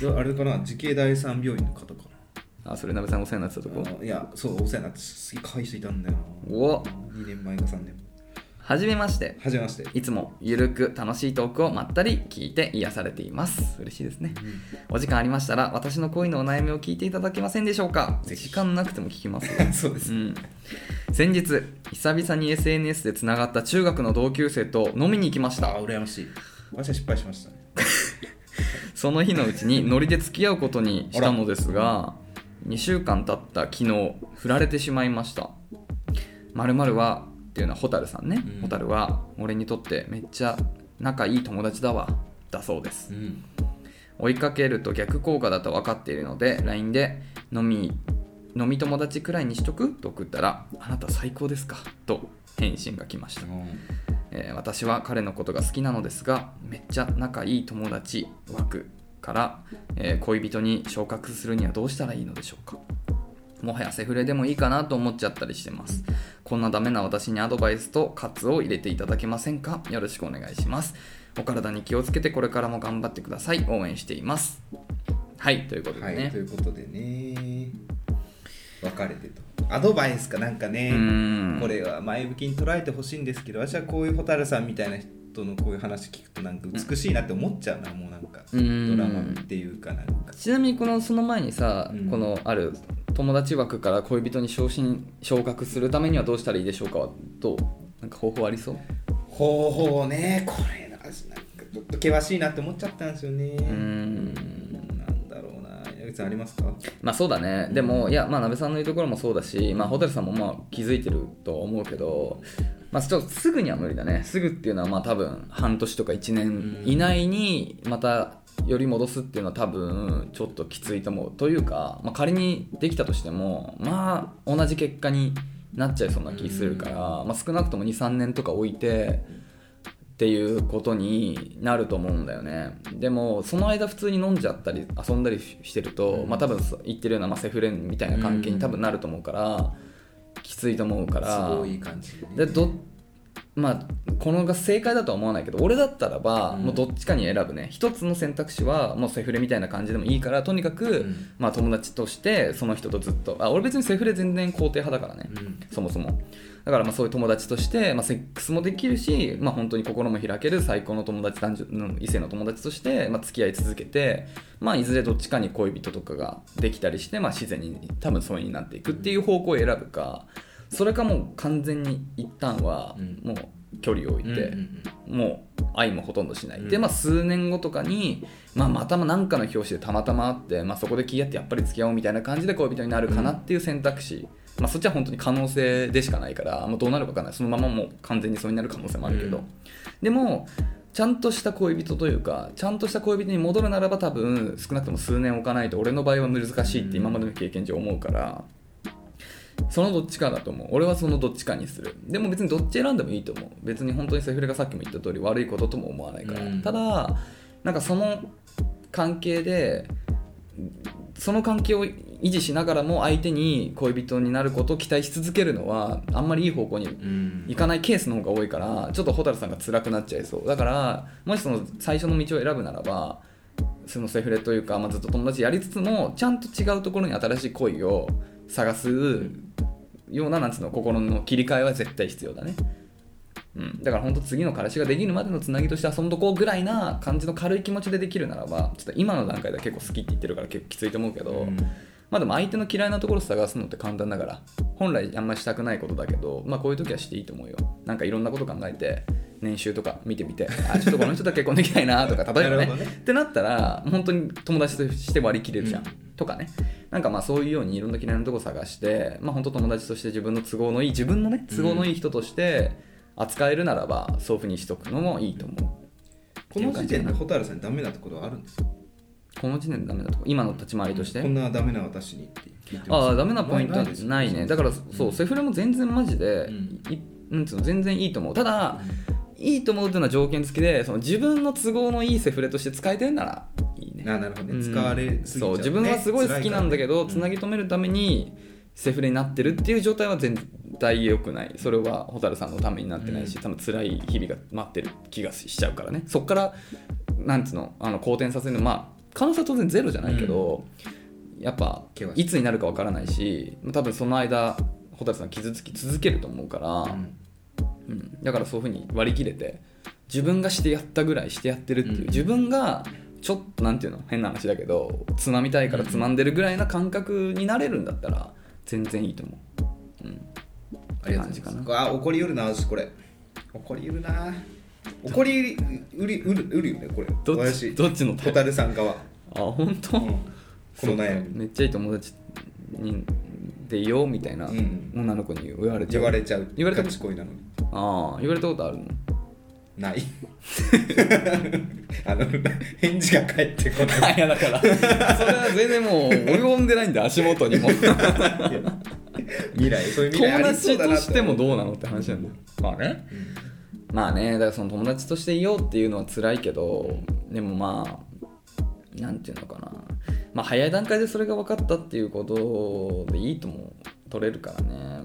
A: であれかな慈恵第三病院の方か
B: あそれ鍋さんお世話になってたとこ
A: なあいやそうお世話になってすげえ可愛い人いたんだよな
B: お
A: 2年前か3年
B: はじめまして
A: 前はじめまして
B: いつもゆるく楽しいトークをまったり聞いて癒されています嬉しいですね、お時間ありましたら私の恋のお悩みを聞いていただけませんでしょうか
A: ぜひ
B: 時間なくても聞きますよ
A: そうです
B: うん、先日久々に SNS でつながった中学の同級生と飲みに行きまし
A: あ
B: た
A: あ羨ましい私は失敗しましたね
B: その日のうちにノリで付き合うことにしたのですが2週間経った昨日振られてしまいましたまるはっていうのは蛍さんね
A: うん
B: 蛍、は俺にとってめっちゃ仲いい友達だわだそうです
A: うん
B: 追いかけると逆効果だと分かっているので LINE で飲み飲み友達くらいにしとくと送ったら「あなた最高ですか?」と返信が来ましたえー私は彼のことが好きなのですがめっちゃ仲いい友達枠から、えー恋人に昇格するにはどうしたらいいのでしょうかもはやセフレでもいいかなと思っちゃったりしてますこんなダメな私にアドバイスと活を入れていただけませんかよろしくお願いしますお体に気をつけてこれからも頑張ってください応援していますはいということで
A: は
B: ね、
A: い、ということでね別れてとアドバイスかなんか
B: う
A: ね
B: ーん
A: これは前向きに捉えてほしいんですけど私はこういう蛍さんみたいな人のこういう話聞くとなんか美しいなって思っちゃうな、もうなんか
B: う
A: ド
B: ん
A: ラマっていうかなんか
B: ちなみにこのその前にさ、
A: うん
B: このある友達枠から恋人に昇進昇格するためにはどうしたらいいでしょうかはどうなんか方法ありそう
A: 方法ねこれななんかちょっと険しいなって思っちゃったんですよねうんなんだろうな矢口さんありますか
B: まあそうだねでもいやまあ鍋さんの言うところもそうだしまあホテルさんもまあ気づいてるとは思うけどまあちょっとすぐには無理だねすぐっていうのはまあ多分半年とか1年以内にまたより戻すっていうのは多分ちょっときついと思うというか、まあ、仮にできたとしてもまあ同じ結果になっちゃいそうな気するから、まあ、少なくとも23年とか置いてっていうことになると思うんだよねでもその間普通に飲んじゃったり遊んだりしてると、まあ多分そう言ってるような、まあ、セフレみたいな関係に多分なると思うから、きついと思うから
A: すごいいい感じね
B: でどまあこのが正解だとは思わないけど俺だったらば、
A: うん
B: もうどっちかに選ぶね一つの選択肢はもうセフレみたいな感じでもいいからとにかく、
A: ん
B: まあ友達としてその人とずっとあ俺別にセフレ全然肯定派だからね、
A: うん
B: そもそもだからまあそういう友達として、まあ、セックスもできるし、まあ、本当に心も開ける最高の友達男女うん異性の友達として、まあ、付き合い続けて、まあ、いずれどっちかに恋人とかができたりして、まあ、自然に多分そういう風になっていくっていう方向を選ぶかそれかもう完全に一旦は
A: うん
B: もう距離を置いて、
A: うんうん
B: もう愛もほとんどしない、
A: うん
B: で、まあ、数年後とかに、まあ、また何かの表紙でたまたま会って、まあ、そこで気合ってやっぱり付き合おうみたいな感じで恋人になるかなっていう選択肢、まあ、そっちは本当に可能性でしかないから、もうどうなるか分かんないそのままもう完全にそうになる可能性もあるけど、
A: うん
B: でもちゃんとした恋人というかちゃんとした恋人に戻るならば多分少なくとも数年置かないと俺の場合は難しいって今までの経験上思うから。そのどっちかだと思う俺はそのどっちかにするでも別にどっち選んでもいいと思う別に本当にセフレがさっきも言った通り悪いこととも思わないから、
A: うん
B: ただなんかその関係でその関係を維持しながらも相手に恋人になることを期待し続けるのはあんまりいい方向に
A: うん
B: いかないケースの方が多いからちょっと蛍さんが辛くなっちゃいそうだからもしその最初の道を選ぶならばそのセフレというか、まあ、ずっと友達やりつつもちゃんと違うところに新しい恋を探すようななんつうの心の切り替えは絶対必要だね、うん、だから本当次の彼氏ができるまでのつなぎとして遊んどこうぐらいな感じの軽い気持ちでできるならばちょっと今の段階では結構好きって言ってるから結構きついと思うけど、
A: うん
B: まあでも相手の嫌いなところ探すのって簡単だから本来あんまりしたくないことだけどまあこういう時はしていいと思うよなんかいろんなこと考えて年収とか見てみてあちょっとこの人とは結婚できない なとか例えば
A: な
B: ね
A: るほどね
B: ってなったら本当に友達として割り切れるじゃん、
A: うん
B: とかねなんかまあそういうようにいろんな嫌いなとこ探してまあ本当友達として自分の都合のいい自分のね都合のいい人として扱えるならばそういうふうにしとくのもいいと思う
A: この時点で蛍さんにダメなってことはあるんですか
B: この時点でダメだとこ今の立ち回りとして
A: こんなダメな私にって聞いてます
B: ああダメなポイントはないねだからそう、セフレも全然マジで、
A: うん
B: いなんつうの全然いいと思うただ、いいと思うっていうのは条件付きでその自分の都合のいいセフレとして使えてるならいいね
A: ななるほどね、
B: うん
A: 使われすぎちゃ、
B: そう
A: ね、
B: う自分はすごい好きなんだけど、つな
A: ぎ
B: ぎ止めるためにセフレになってるっていう状態は全体良くないそれは蛍さんのためになってないし、
A: うん
B: 多分辛い日々が待ってる気がしちゃうからねそこからなんつうのあの好転させるのまあ可能性は当然ゼロじゃないけど、やっぱ
A: 険しい
B: いつになるかわからないし多分その間蛍さん傷つき続けると思うから、うん、だからそういうふうに割り切れて自分がしてやったぐらいしてやってるっていう、
A: うん
B: 自分がちょっとなんていうの変な話だけどつまみたいからつまんでるぐらいな感覚になれるんだったら全然いいと思う、うん、
A: ありがとうございますあ怒りうるな私これ怒りうるな怒りうりうるうるよねこれ
B: どっ
A: 私
B: ちどっちのタ
A: ホ
B: イプ
A: タルさん 側、
B: あ本当、
A: うんこの悩み
B: めっちゃいい友達にでいようみたいな
A: うん
B: 女の子に言われて
A: 言われちゃう
B: 言われた
A: ガチ恋なのに
B: ああ言われたことあるの
A: ない あの返事が返ってこない
B: いやだからそれは全然もう追い込んでないんで足元にも
A: 未来そういう未来
B: 友
A: ありそう
B: 達
A: だ
B: と
A: な
B: してもどうなのって話なんだよまあね、まあねだからその友達としていようっていうのは辛いけどでもまあなんていうのかなまあ早い段階でそれが分かったっていうことでいいとも取れるからね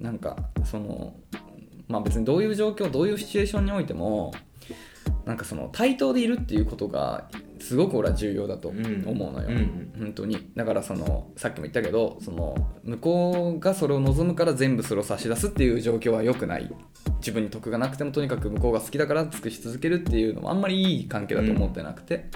B: なんかそのまあ別にどういう状況どういうシチュエーションにおいてもなんかその対等でいるっていうことがすごく俺は重要だと思うのよ、
A: うんうん
B: 本当にだからそのさっきも言ったけどその向こうがそれを望むから全部それを差し出すっていう状況は良くない自分に得がなくてもとにかく向こうが好きだから尽くし続けるっていうのもあんまりいい関係だと思ってなくて、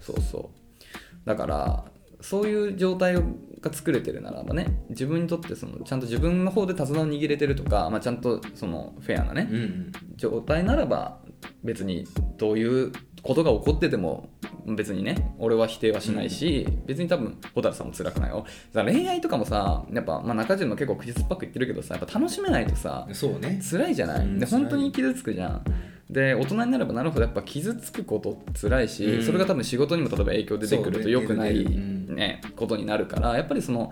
B: そうそうだからそういう状態が作れてるならばね自分にとってそのちゃんと自分の方で手綱を握れてるとか、まあ、ちゃんとそのフェアなね、
A: うんうん
B: 状態ならば別にどういうことが起こってても別にね俺は否定はしないし、別に多分蛍さんも辛くないよだから恋愛とかもさやっぱ、まあ、中条も結構口酸っぱく言ってるけどさやっぱ楽しめないとさ
A: そうね
B: 辛いじゃない、
A: うん
B: で
A: 辛い
B: 本当に傷つくじゃんで大人になればなるほどやっぱ傷つくこと辛いし、
A: うん
B: それが多分仕事にも例えば影響出てく
A: そ
B: る
A: う
B: と
A: ね
B: 良くない、
A: 出てくるうん
B: ねことになるからやっぱりその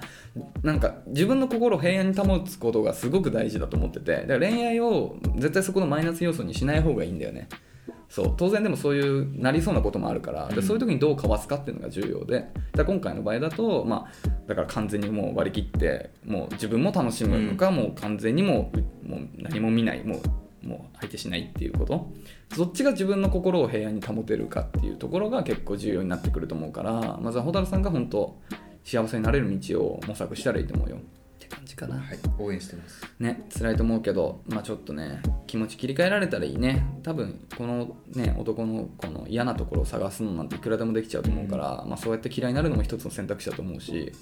B: なんか自分の心を平安に保つことがすごく大事だと思っててだから恋愛を絶対そこのマイナス要素にしない方がいいんだよねそう当然でもそういうなりそうなこともあるからで
A: うん
B: そういう時にどうかわすかっていうのが重要でだから今回の場合だと、まあ、だから完全にもう割り切ってもう自分も楽しむのか、もう完全にもうもう何も見ないもうもう相手しないっていうことどっちが自分の心を平安に保てるかっていうところが結構重要になってくると思うからまずは蛍さんが本当幸せになれる道を模索したらいいと思うよって感じかな。
A: はい応援してます
B: ね辛いと思うけど、まあ、ちょっとね気持ち切り替えられたらいいね多分このね男の子の嫌なところを探すのなんていくらでもできちゃうと思うから、まあ、そうやって嫌いになるのも一つの選択肢だと思うし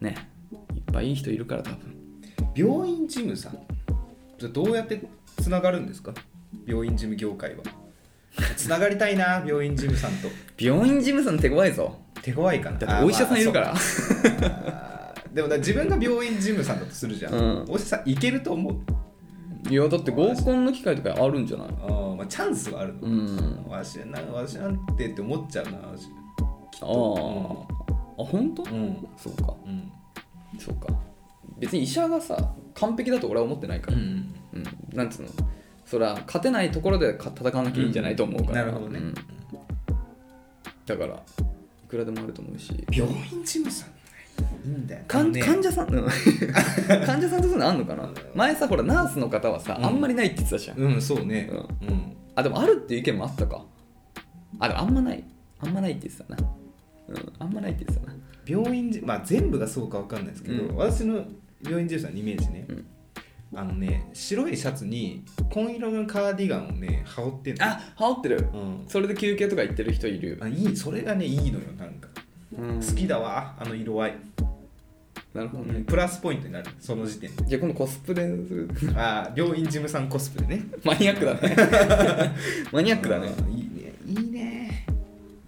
B: ねいっぱいいい人いるから多分
A: 病院事務さんじゃあどうやってつながるんですか病院事務業界はつながりたいな病院事務さんと
B: 病院事務さん手強いぞ
A: 手強いかな
B: だってお医者さんいるからら、
A: でもだから自分が病院事務さんだとするじゃん、
B: うん
A: お医者さんいけると思う
B: いやだって合コンの機会とかあるんじゃない
A: あー、まあ、チャンスはあるの、
B: うん
A: わしなわしなんてって思っちゃうな私
B: ああーあ本当、
A: うん
B: そうか
A: うん
B: そうか別に医者がさ完璧だと俺は思ってないから、
A: ん
B: うん、なんつうのそら勝てないところでか戦わなきゃいいんじゃないと思うから、
A: うんなるほどね
B: うんだからいくらでもあると思うし
A: 病院事務さんいいんだよ
B: かん
A: ね
B: 患者さん、うん 患者さんとそういうのあんのかな前さほらナースの方はさ、
A: うん
B: あんまりないって言ってたじゃん、
A: うんそうね
B: う
A: うん
B: あでもあるっていう意見もあったかあでもあんまないあんまないって言ってたなうんあんまないって言ってたな
A: 病院じまあ全部がそうかわかんないですけど、
B: うん
A: 私の病院事務さんのイメージね、
B: うん
A: あのね白いシャツに紺色のカーディガンをね羽織ってんの
B: あ羽織ってる
A: うん、
B: それで休憩とか行ってる人いる
A: あいいそれがねいいのよなんか
B: うん
A: 好きだわあの色合い、
B: なるほどね
A: プラスポイントになるその時点で
B: じゃあ今度コスプレする
A: ああ病院事務さんコスプレね
B: マニアックだね マニアックだね
A: うんいいねいいね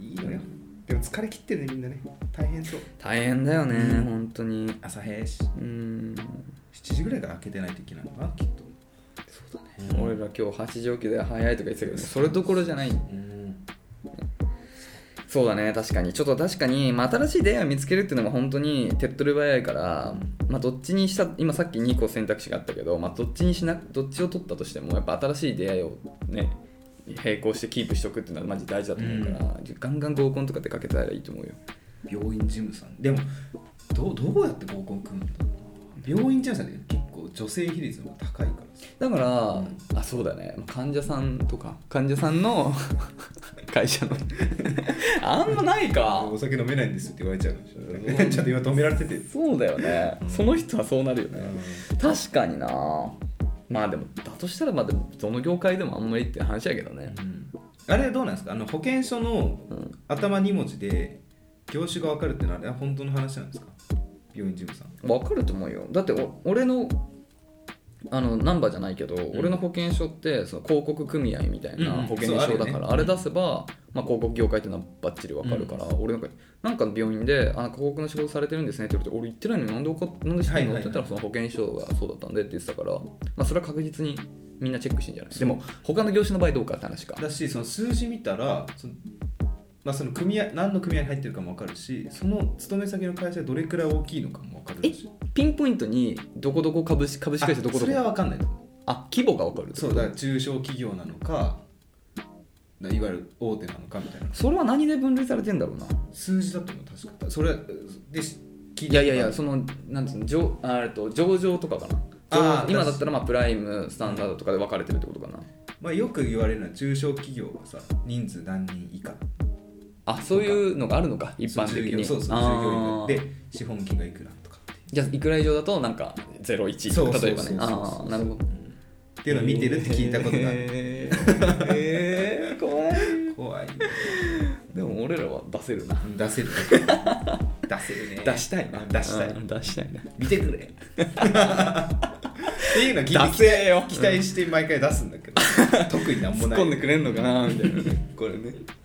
A: いいのよでも疲れ切ってるねみんなね大変そう
B: 大変だよね、
A: うん
B: 本当に
A: 朝早いし
B: うん
A: 7時ぐらいから開けてないといけないのかなきっと
B: そうだね、
A: うん
B: 俺ら今日8時起きで早いとか言ってたけどそれどころじゃない
A: うん
B: そうだね確かにちょっと確かに、まあ、新しい出会いを見つけるっていうのが本当に手っ取り早いから、まあ、どっちにした今さっき2個選択肢があったけど、まあ、どっちにしなどっちを取ったとしてもやっぱ新しい出会いをね並行してキープしとくっていうのはマジ大事だと思うから、ガンガン合コンとか出かけたらいいと思うよ
A: 病院事務さんでもどうどうやって合コン組むんだろうな病院事務さんって結構女性比率が高いからさ
B: だから、あそうだね患者さんとか患者さんの 会社の あんまないか
A: お酒飲めないんですって言われちゃうでしょ
B: うん
A: ちょっと今止められてて、
B: そうだよねその人はそうなるよね、確かになまあでもだとしたらまあでもどの業界でもあんまりって話やけどね
A: あれどうなんですかあの保険証の
B: うん
A: 頭2文字で業種が分かるってのはあれは本当の話なんですか病院事務さん
B: わかると思うよだってお俺のあのナンバーじゃないけど、俺の保険証ってその広告組合みたい
A: うんう
B: なん保険
A: そうある
B: 証
A: よ
B: だ
A: ね
B: から、あれ出せば、まあ、広告業界っていうのはバッチリわかるから、俺なんかなんかの病院であ広告の仕事されてるんですねって言われて俺言ってないのになんでわかなんで知ってん
A: はいはい
B: の、
A: はい
B: って言ったらその保険証がそうだったんでって言ってたから、まあ、それは確実にみんなチェックしてんじゃないでも他の業種の場合どうかって話か
A: だしその数字見たらその,、まあ、その組合何の組合に入ってるかも分かるしその勤め先の会社がどれくらい大きいのかも分かるし
B: ピンポイントにどこどこ株式株式会社どこ
A: あ
B: ど
A: それは
B: こ
A: 分かんない
B: あ規模がわかる
A: そうだから中小企業なのかだいわゆる大手なのかみたいな
B: それは何で分類されてんだろうな
A: 数字だと思う確かそれはでし聞
B: いやいやいやそのなんつうの上あえっと上場とかかな
A: あー
B: 上今だったらまあプライムスタンダードとかで分かれてるってことかな
A: まあ、よく言われるのは中小企業はさ人数何人以下
B: あそういうのがあるのか一般的に
A: そうそう従業員
B: あー
A: がで資本金がいくらとかって
B: じゃあいくら以上だとなんか01
A: そうそう
B: 例えばね
A: そうそうそう
B: ああなるほど
A: っていうのを見てるって聞いたことがある
B: えーえー怖い
A: 怖い
B: でも俺らは出せるな
A: 出せる 出せるね
B: 出したいな
A: 出したい
B: うん出したいな
A: 見て くれっていうのを聞い
B: 出せよ
A: て期待して毎回出すんだ けど特になんも
B: 突っ
A: ない
B: 込んでくれんのかなみたいなね
A: これね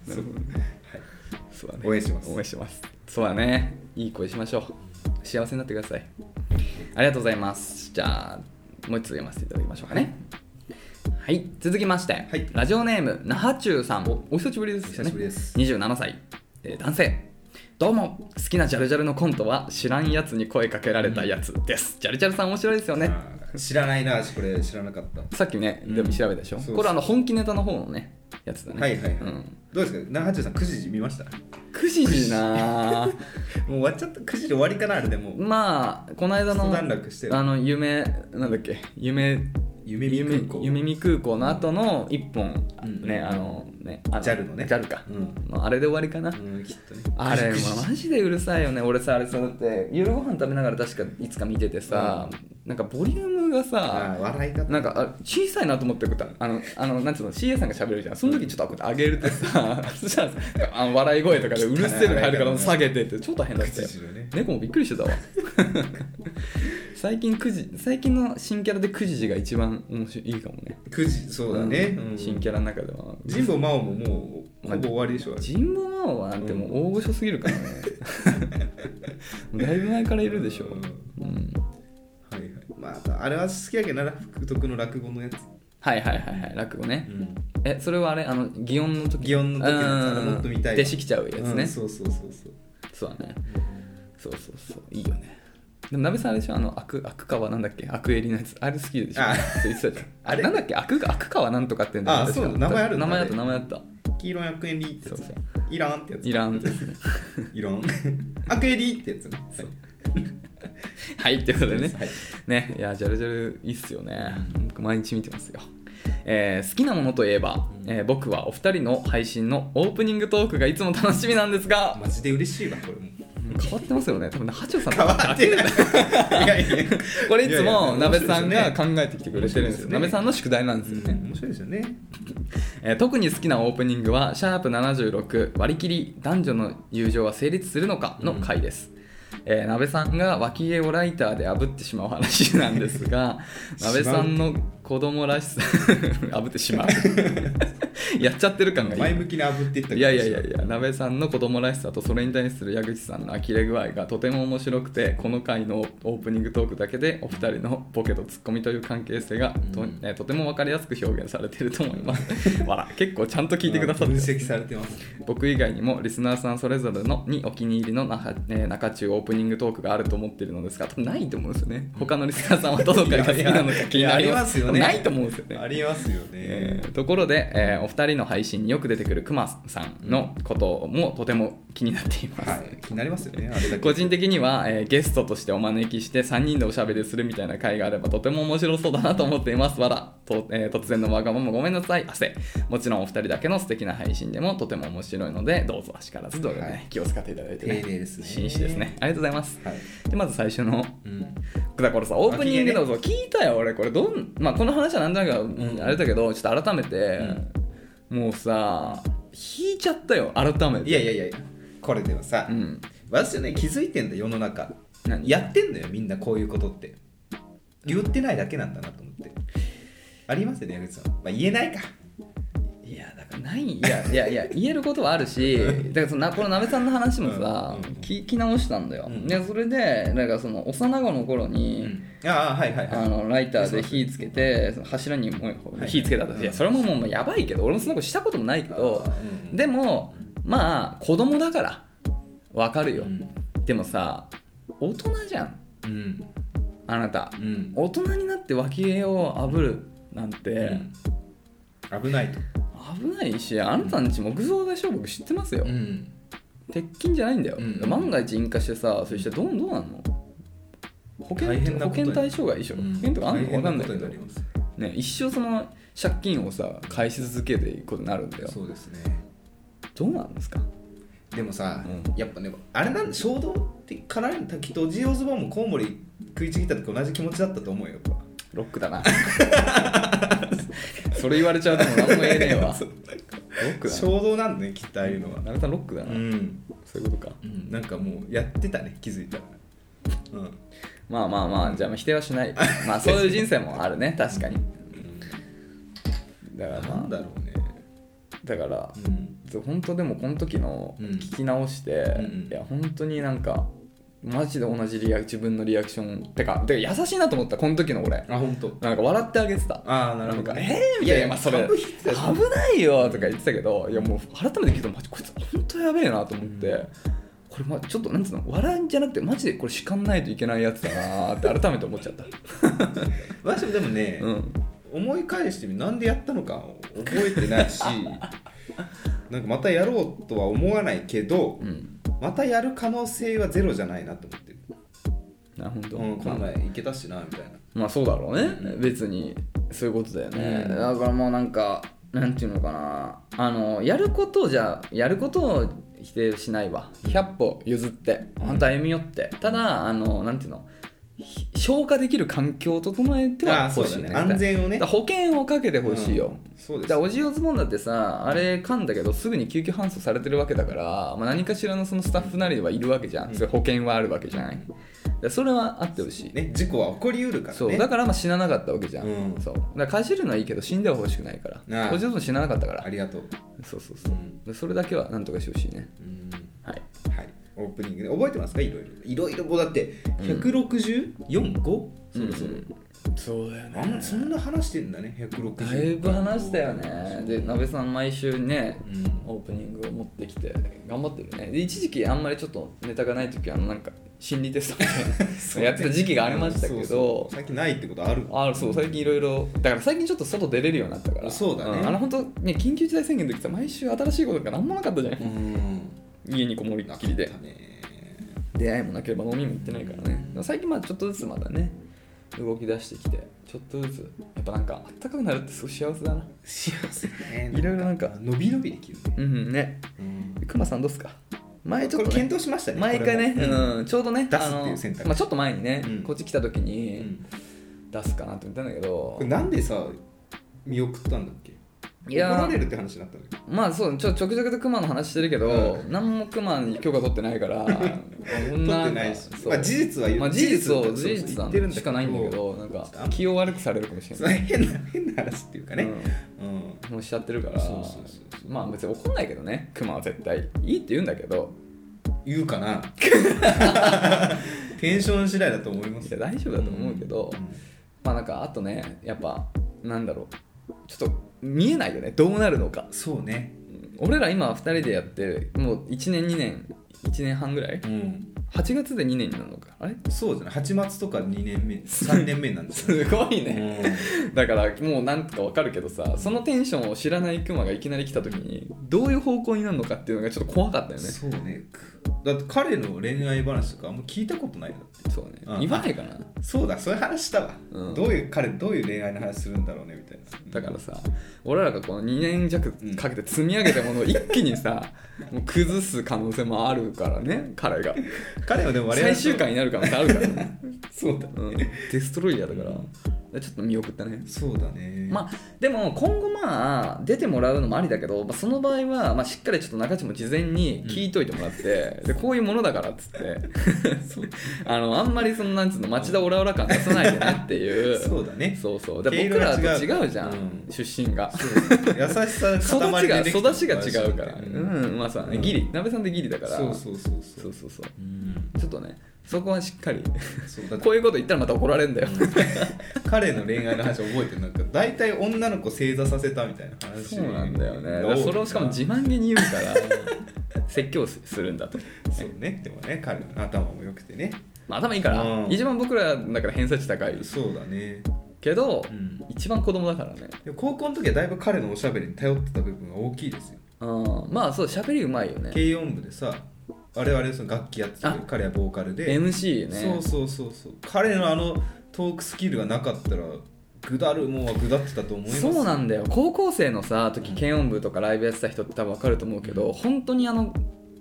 B: なるほどねそうだね
A: 応援します
B: 応援しますそうだねいい声しましょう幸せになってくださいありがとうございますじゃあもう一つ読ませていただきましょうかねはい続きまして、
A: い
B: ラジオネーム那覇中さんおお久しぶりですよ
A: 久
B: ね
A: しぶりです
B: 27歳、えー男性どうも好きなジャルジャルのコントは知らんやつに声かけられたやつです、ジャルジャルさん面白いですよね
A: あー知らないなこれ知らなかった
B: さっきね、
A: うん
B: でも調べたでしょ
A: そうそう
B: これあの本気ネタの方のねやつだね
A: はいはいはい、
B: うん、
A: どうですか長中さん9時見ましたも
B: 9時なあ
A: う終わっちゃった9時で終わりかなあれでもう
B: まあこの間の
A: 一段落して
B: あの夢なんだっけ夢
A: 夢見空港
B: 夢見空港の後の一本、
A: うん
B: ねあのねあ
A: JAL のね
B: JAL か、
A: うん
B: まああれで終わりかな、
A: うんきっとね
B: あれ
A: 9時
B: まあマジでうるさいよね俺さあれさだって夜ご飯食べながら確かいつか見ててさ、なんかボリュームが
A: あ
B: さ
A: ー笑い方
B: なんかあ小さいなと思ってることあのあのなんつうの CA さんが喋るじゃんその時ちょっと上げるとさそしたらさあの笑い声とかでうるせえのが入るから下げてってちょっと変だったよ
A: 9時のね
B: 猫もびっくり してたわ最近くじ最近の新キャラでくじじが一番面白いいいかもね
A: 9時そうだね、
B: ん
A: うん
B: 新キャラの中では
A: 神保真央ももうほぼ終わりでしょあれ
B: ジンボマオはなんてもう大御所すぎるからね、 だいぶ前からいるでしょ、うん、
A: はいはいまああれは好きやけどな福徳の落語のやつ、
B: はいはいはいはい落語ね、
A: ん、
B: えそれはあれあの擬音の時
A: 祇園の時のやつあれもっと見たい
B: でしきちゃうやつね、
A: うん
B: そう
A: そうそうそうそう
B: だねそうそうそういいよねでも鍋さんあれでしょあの悪悪川なんだっけ悪襟のやつあれ好きでしょ
A: あ
B: そう言ってたじゃんあ
A: あ
B: れ
A: れ
B: なんだっけ悪悪川なんとかってんだよ
A: あ
B: 確か
A: そう名前あるんだ
B: 名前あった
A: あれ
B: 名前あった
A: 黄色い100円リーってや
B: そう
A: つ
B: そう
A: いらんってやつ
B: いらんですね
A: いらん 100円リーってやつね
B: そうはいってことでね
A: はい
B: ねいやジャルジャルいいっすよね僕毎日見てますよえー好きなものといえば、えー僕はお二人の配信のオープニングトークがいつも楽しみなんですが
A: マジで嬉しいわこれも
B: 変わってますよね多分ねハチョさん
A: 変わってないいやいや
B: これいつ
A: いやい
B: も
A: や
B: 鍋さんが
A: 面
B: 考
A: 白
B: えてきてくれてるんで
A: 面白いです
B: すよ
A: よね
B: 鍋さんの宿題なんですよ
A: うん
B: ね、
A: 面白いですよね
B: えー特に好きなオープニングは「シャープ #76 割り切り男女の友情は成立するのか」の回です、えー、鍋さんが脇毛をライターで炙ってしまう話なんですが
A: しまう
B: 鍋さんの子供らしさ炙ってしまう やっちゃってる感がいい
A: 前向きに炙っていった
B: いやいやいやいや、鍋さんの子供らしさとそれに対する矢口さんの呆れ具合がとても面白くて、この回のオープニングトークだけでお二人のボケとツッコミという関係性がと,、
A: うん
B: えーとても分かりやすく表現されていると思い ます。わら、結構ちゃんと聞いてくださっ
A: 分
B: てる
A: 析されてます
B: 僕以外にもリスナーさんそれぞれのにお気に入りの中,、えー中中オープニングトークがあると思っているのですが多分ないと思うんですよね他のリスナーさんはどの回が好きなのか気になります
A: いやいやいやありますよね
B: ないと思うんですよね
A: ありますよ
B: え
A: ね
B: ーところで、えーお二人の配信によく出てくるクマさんのこともとても気になっています、
A: はい気になりますよねあれだけ
B: 個人的には、えーゲストとしてお招きして3人でおしゃべりするみたいな会があればとても面白そうだなと思っていますわらと、えー突然のわがままごめんなさい汗もちろんお二人だけの素敵な配信でもとても面白いのでどうぞあしからずということでね、
A: はい
B: 気を使っていただいて、ね、
A: 丁寧ですね
B: 紳士ですねありがとうございます
A: はい
B: でまず最初の
A: うん
B: だからこれさオープニングでもそう
A: あ
B: 聞いたよ俺これどん、まあ、この話は何だか
A: ん
B: あれだけどちょっと改めて、もうさ引いちゃったよ改めて
A: いやいやいやいやこれでもさ、
B: うん
A: 私ね気づいてんだ世の中
B: 何
A: やってんのよみんなこういうことって言ってないだけなんだなと思ってありますよね矢口さん、まあ、言えないか
B: いやだからないいやいやいや言えることはあるしだからそのなこのなべさんの話もさ、
A: うんうん
B: 聞き直したんだよ、
A: うん
B: でそれでなんかその幼子の頃に、
A: ああはいはいはい
B: あのライターで火つけてその柱にも
A: はい
B: 火つけたとし
A: うん
B: てそれももうやばいけど俺もその子したこともないけど
A: あーうん
B: でもまあ子供だからわかるよ、
A: うん
B: でもさ大人じゃん
A: うん
B: あなた
A: うん
B: 大人になって脇毛をあぶるなんて、
A: うん危ないと、
B: 危ないしあなたのち木造でしょ僕知ってますよ、
A: ん、
B: 鉄筋じゃないんだよ、
A: うん
B: 万が一引火してさそしてどうどうなんの保険
A: 大変な
B: 保
A: ことに
B: 険対象外でしょ、保険とかあんのか分かんな
A: 大変こ
B: いけど
A: とになります
B: ね、一生その借金をさ返し続けていくことになるんだよ
A: そうですね
B: どうなんですか
A: でもさ、
B: うん
A: やっぱねあれなんだ衝動ってかられたきっとおじいおずぼんもコウモリ食いちぎった時同じ気持ちだったと思うよやっぱ
B: ロックだな それ言われちゃうともう何も言えねえわ ロ
A: そう
B: ックだな
A: 衝動なんだねきっとああいうのは
B: なべさんロックだな、
A: ん、
B: そういうことか
A: うん、なんかもうやってたね気づいたらうん、
B: まあまあまあじゃあまあ否定はし ないまあそういう人生もあるね確かにだから
A: な
B: ま
A: ん
B: あ
A: だろうね
B: だから
A: うん
B: 本当でもこの時の
A: うん
B: 聞き直して、
A: んうん
B: いや本当になんかマジで同じリア自分のリアクションてかてか優しいなと思ったこの時の俺
A: あ本当。
B: なんか笑ってあげてた
A: ああなる
B: な
A: ほ
B: ん
A: ど
B: か「
A: ね、
B: えー?」みたいな「まあそれ
A: 株引いてたよ
B: 危ないよ」とか言ってたけどいやもう改めて聞いてもマジこいつ本当やべえなと思って、
A: うん
B: これまちょっとなんつうの笑うんじゃなくてマジでこれ叱んないといけないやつだなーって改めて思っちゃった、
A: 私もでもね、
B: うん、
A: 思い返してみなんでやったのか覚えてないし なんかまたやろうとは思わないけど
B: うん、
A: またやる可能性はゼロじゃないなと思ってる、
B: な本当、
A: うん、
B: まあ
A: 今回いけたしなみたいな
B: まあそうだろうね、
A: うん
B: 別にそういうことだよね、
A: うん
B: だからもうなんかなんていうのかなあのやることをじゃあやることを否定しないわ100歩譲って本当歩み寄ってただあのなんていうのひ消化できる環境を整えては
A: あーそ
B: ほ
A: う
B: し
A: だ
B: いね
A: ね安全を
B: だ
A: ね
B: から保険をかけてほしいよ、
A: そうです
B: だからおじおズボンだってさあれ噛んだけどすぐに救急搬送されてるわけだから、まあ、何かしらのそのスタッフなりはいるわけじゃん、
A: うん
B: それ保険はあるわけじゃないだからそれはあってほしい
A: ね事故は起こりうるからね
B: そうだからまあ死ななかったわけじゃん、
A: うん
B: そうだからかじるのはいいけど死んではほしくないから
A: ああ
B: おじいさん死ななかったか
A: あ
B: ら
A: りがとう、
B: そうそう
A: う
B: そうんでそれだけはなんとかしてほしいね
A: うん
B: はい
A: はいオープニングで覚えてますかいろいろいろいろもうだって164 5そろそろ、
B: そうだよ
A: あんそんな話してんだね160
B: だいぶ話したよねでなべさん毎週ね
A: うん
B: オープニングを持ってきて頑張ってるねで一時期あんまりちょっとネタがない時はあのなんか心理テストみたいなやってた時期がありましたけ
A: うんそうそ
B: ど
A: う最近ないってことある
B: あそう最近いろいろだから最近ちょっと外出れるようになったから
A: そうだね
B: んあの本当ね緊急事態宣言の時さ毎週新しいことが何もなかったじゃん
A: うん
B: 家にこもりっきりで
A: なかったね
B: 出会いもなければ飲みも行ってないからね最近まあちょっとずつまたね動き出してきてちょっとずつやっぱなんかあったかくなるってすごい幸せだな
A: 幸せだね
B: いろいろなんか
A: 伸び伸びできるね、
B: うんね
A: うん
B: くまさんどうっすか前ち
A: こ
B: ょっ
A: れ
B: と、ね、
A: 検討しましたね
B: 毎回ね
A: これも
B: うん、ちょうどね
A: 出すっていう選択
B: あのまあ、ちょっと前にね、
A: うん
B: こっち来た時
A: う
B: に
A: ん
B: 出すかなって言ったんだけど
A: これ、なんでさ見送ったんだっけ
B: いやー
A: 怒られるって話になったんだっけ
B: まあそうちょちょくちょくと熊の話してるけど、
A: う
B: 何も熊に許可取ってないから そん
A: 取
B: な
A: ってないし
B: そう
A: まあ事実は言う
B: まあ、事実を
A: そう
B: 事実
A: 言
B: な
A: っ
B: ん
A: てるん
B: で
A: だ
B: しかないんだけどなんか気を悪くされるかもしれ
A: その
B: ない
A: 変な変な話っていうかね、うん
B: うんもうしちゃってるから
A: そうそうそう
B: まあ別に怒んないけどねクマは絶対いいって言うんだけど
A: 言うか なテンション次第だと思いま
B: い
A: す
B: や大丈夫だと思うけど、まあなんかあとねやっぱなんだろうちょっと見えないよねどうなるのか
A: そうね
B: 俺ら今2人でやってもう1年2年1年半ぐらい
A: うん
B: 8月で2年になるのかあれ
A: そうじゃない8月とか2年目3年目なんですよ、
B: すごいね、
A: ね、
B: だからもうなんとかわかるけどさそのテンションを知らないクマがいきなり来た時にどういう方向になるのかっていうのがちょっと怖かったよね
A: そうねくだって彼の恋愛話とかあんま聞いたことないよだって
B: そうね
A: うん
B: 言わないかな
A: そうだそういう話したわ、
B: うん
A: どういう彼どういう恋愛の話するんだろうねみたいな
B: だからさ俺らがこの2年弱
A: うん
B: かけて積み上げたものを一気にさもう崩す可能性もあるからね彼が
A: 彼はでも我々
B: 最
A: と
B: 終回になる可能性あるか らね、
A: そうだね、
B: うん、デストロイヤーだから
A: うん
B: だからちょっと見送ったね
A: そうだね
B: まあでも今後まあ出てもらうのもありだけど、まあ、その場合はまあしっかりちょっと中地も事前に聞いといてもらって、でこういうものだからっ つってあのあんまりそのなんつうの町田オラオラ感出さないでねっていう
A: そうだね
B: そうそうだから
A: 毛
B: 僕
A: 色が
B: らと
A: 違うから
B: 違うじゃん、
A: うん
B: 出身が
A: 優しさの
B: 育
A: 塊
B: ちが
A: でできた
B: 育ちが違うから、
A: うん
B: うん、まあさ、
A: うん
B: ギリ、鍋さんでギリだから、
A: そうそうそうそう
B: そうそうそう
A: うん
B: ちょっとね、そこはしっかり、
A: そうだって
B: こういうこと言ったらまた怒られるんだよ。
A: 彼の恋愛の話覚えてるなんか大体女の子正座させたみたいな話
B: そうなんだよね、だ
A: が
B: か
A: 多
B: ら
A: い
B: それをしかも自慢げに言う から、説教するんだと。
A: そうねでもね彼の頭も良くてね
B: まあ、頭いいから、
A: うん
B: 一番僕らだから偏差値高い
A: そうだね
B: けど、
A: うん
B: 一番子供だからね。
A: でも高校の時はだいぶ彼のおしゃべりに頼ってた部分が大きいですよ
B: うん、まあそう、喋りうまいよね。
A: 軽音部でさ我々その楽器やってて
B: あ
A: 彼はボーカルで、
B: MC ね。
A: そうそうそうそう彼のあのトークスキルがなかったらぐだるもんはぐだってたと思います
B: そうなんんだよ高校生のさ時軽音部とかライブやってた人って多分分かると思うけど、本当にあの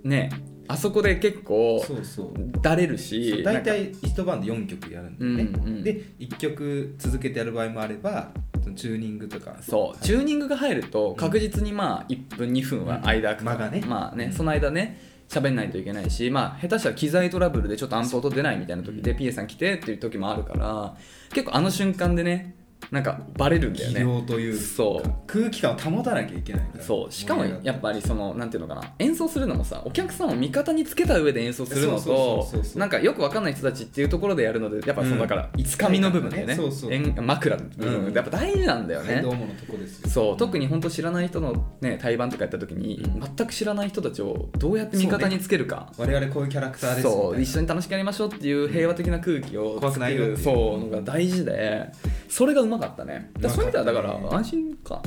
B: ねあそこで結構
A: そうそう
B: だれる
A: そう
B: し
A: 大
B: なんか
A: 体一晩で4曲やるんだよね、
B: うんうん
A: で1曲続けてやる場合もあればそのチューニングとか
B: そうチューニングが入ると確実にまあ1分2分は間空くから、
A: 間がね
B: まあね
A: うん
B: その間ね喋んないといけないし、まあ、下手したら機材トラブルでちょっとアンプ音出ないみたいな時で PA さん来てっていう時もあるから結構あの瞬間でねなんかバレるんだよ
A: 技
B: ね
A: 量というか
B: そう
A: 空気感を保たなきゃいけないから
B: そうしかも
A: 盛り上がて
B: やっぱりそのなんていうのかな演奏するのもさお客さんを味方につけた上で演奏するの
A: そう
B: と
A: そうそうそうそう
B: なんかよくわかんない人たちっていうところでやるのでやっぱその、
A: うん
B: だからいつかみの部分でね
A: そうそう
B: えん枕の部分
A: うん
B: でやっぱ大事なんだよ
A: はい
B: ね
A: どう。ものとこですよ
B: そう特に本当知らない人の、ね、対バンとかやった時に、
A: うん
B: 全く知らない人たちをどうやって味方につけるか
A: 我々こういうキャラクターですみたいな
B: そう一緒に楽しくやりましょうっていう平和的な空気を
A: 怖くないよっていう
B: 作るそうのが大事でそれがうまかったねだからそういう意味ではだか
A: うまかっ
B: ら
A: たね
B: 安心か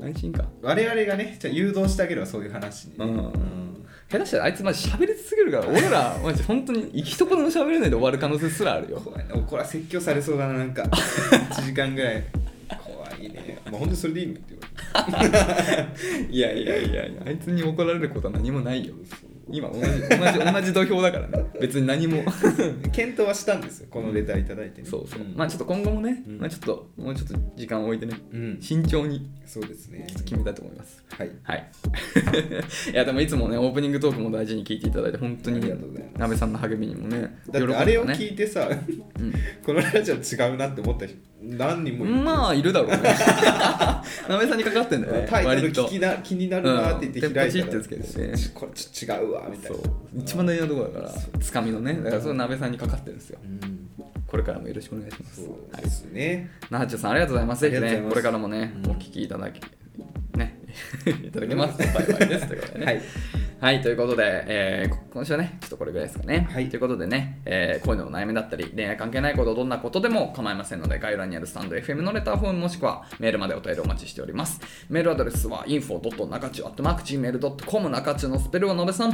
B: 安心か
A: 我々がねじゃあ誘導してあげればそういう話にね、
B: うん下手したらあいつまじ喋り続けるから俺らマジ本当に一言も喋れないで終わる可能性すらあるよ
A: 怖いな怒ら説教されそうだななんか1時間ぐらい怖いねもう本当にそれでいいのって言われて
B: いやいやいやいやあいつに怒られることは何もないよ今同じ同じ同じ土俵だからね別に何 も
A: 検討はしたんですよこのレターいただいて、ね、
B: そうそう、
A: ん
B: まあちょっと今後もね、
A: うん
B: まあちょっともうちょっと時間を置いてね
A: うん
B: 慎重に
A: そうですね
B: 決めたいと思います
A: はい
B: はい いやでもいつもねオープニングトークも大事に聞いていただいて本当に
A: ありがとうございます
B: なべさんの励みにもね
A: だってあれを
B: 喜んでね
A: 聞いてさ、
B: ん
A: このラジオ違うなって思った人何人もいる、
B: まあいるだろう ねなべさんにかかってんだよね
A: タイトル
B: 割と
A: 聞きな気になるなって言って
B: うん
A: 開いたら、
B: でポチってつけてね
A: ちこれちょっと違うわみたい
B: そ
A: な
B: う一番大事なところだからつかみのねだからそれ鍋さんにかかってるんですよ
A: うん
B: これからもよろしくお願いします
A: そう
B: はい
A: ですね、
B: なはちょさんありがとうございますぜひ
A: ありがと
B: ね
A: う
B: こ
A: ございます
B: れからもね
A: うん
B: お聞きいただきね いただきますバイバイですということでね
A: はい
B: はい、ということで、えーこ今週はね、ちょっとこれぐらいですかね。
A: はい
B: ということでね、えー、恋のお悩みだったり、恋愛関係ないこと、どんなことでも構いませんので、概要欄にあるスタンド FM のレターフォームもしくはメールまでお便りお待ちしております。メールアドレスは info.nakachu.gmail.com 中中のスペルを述べさん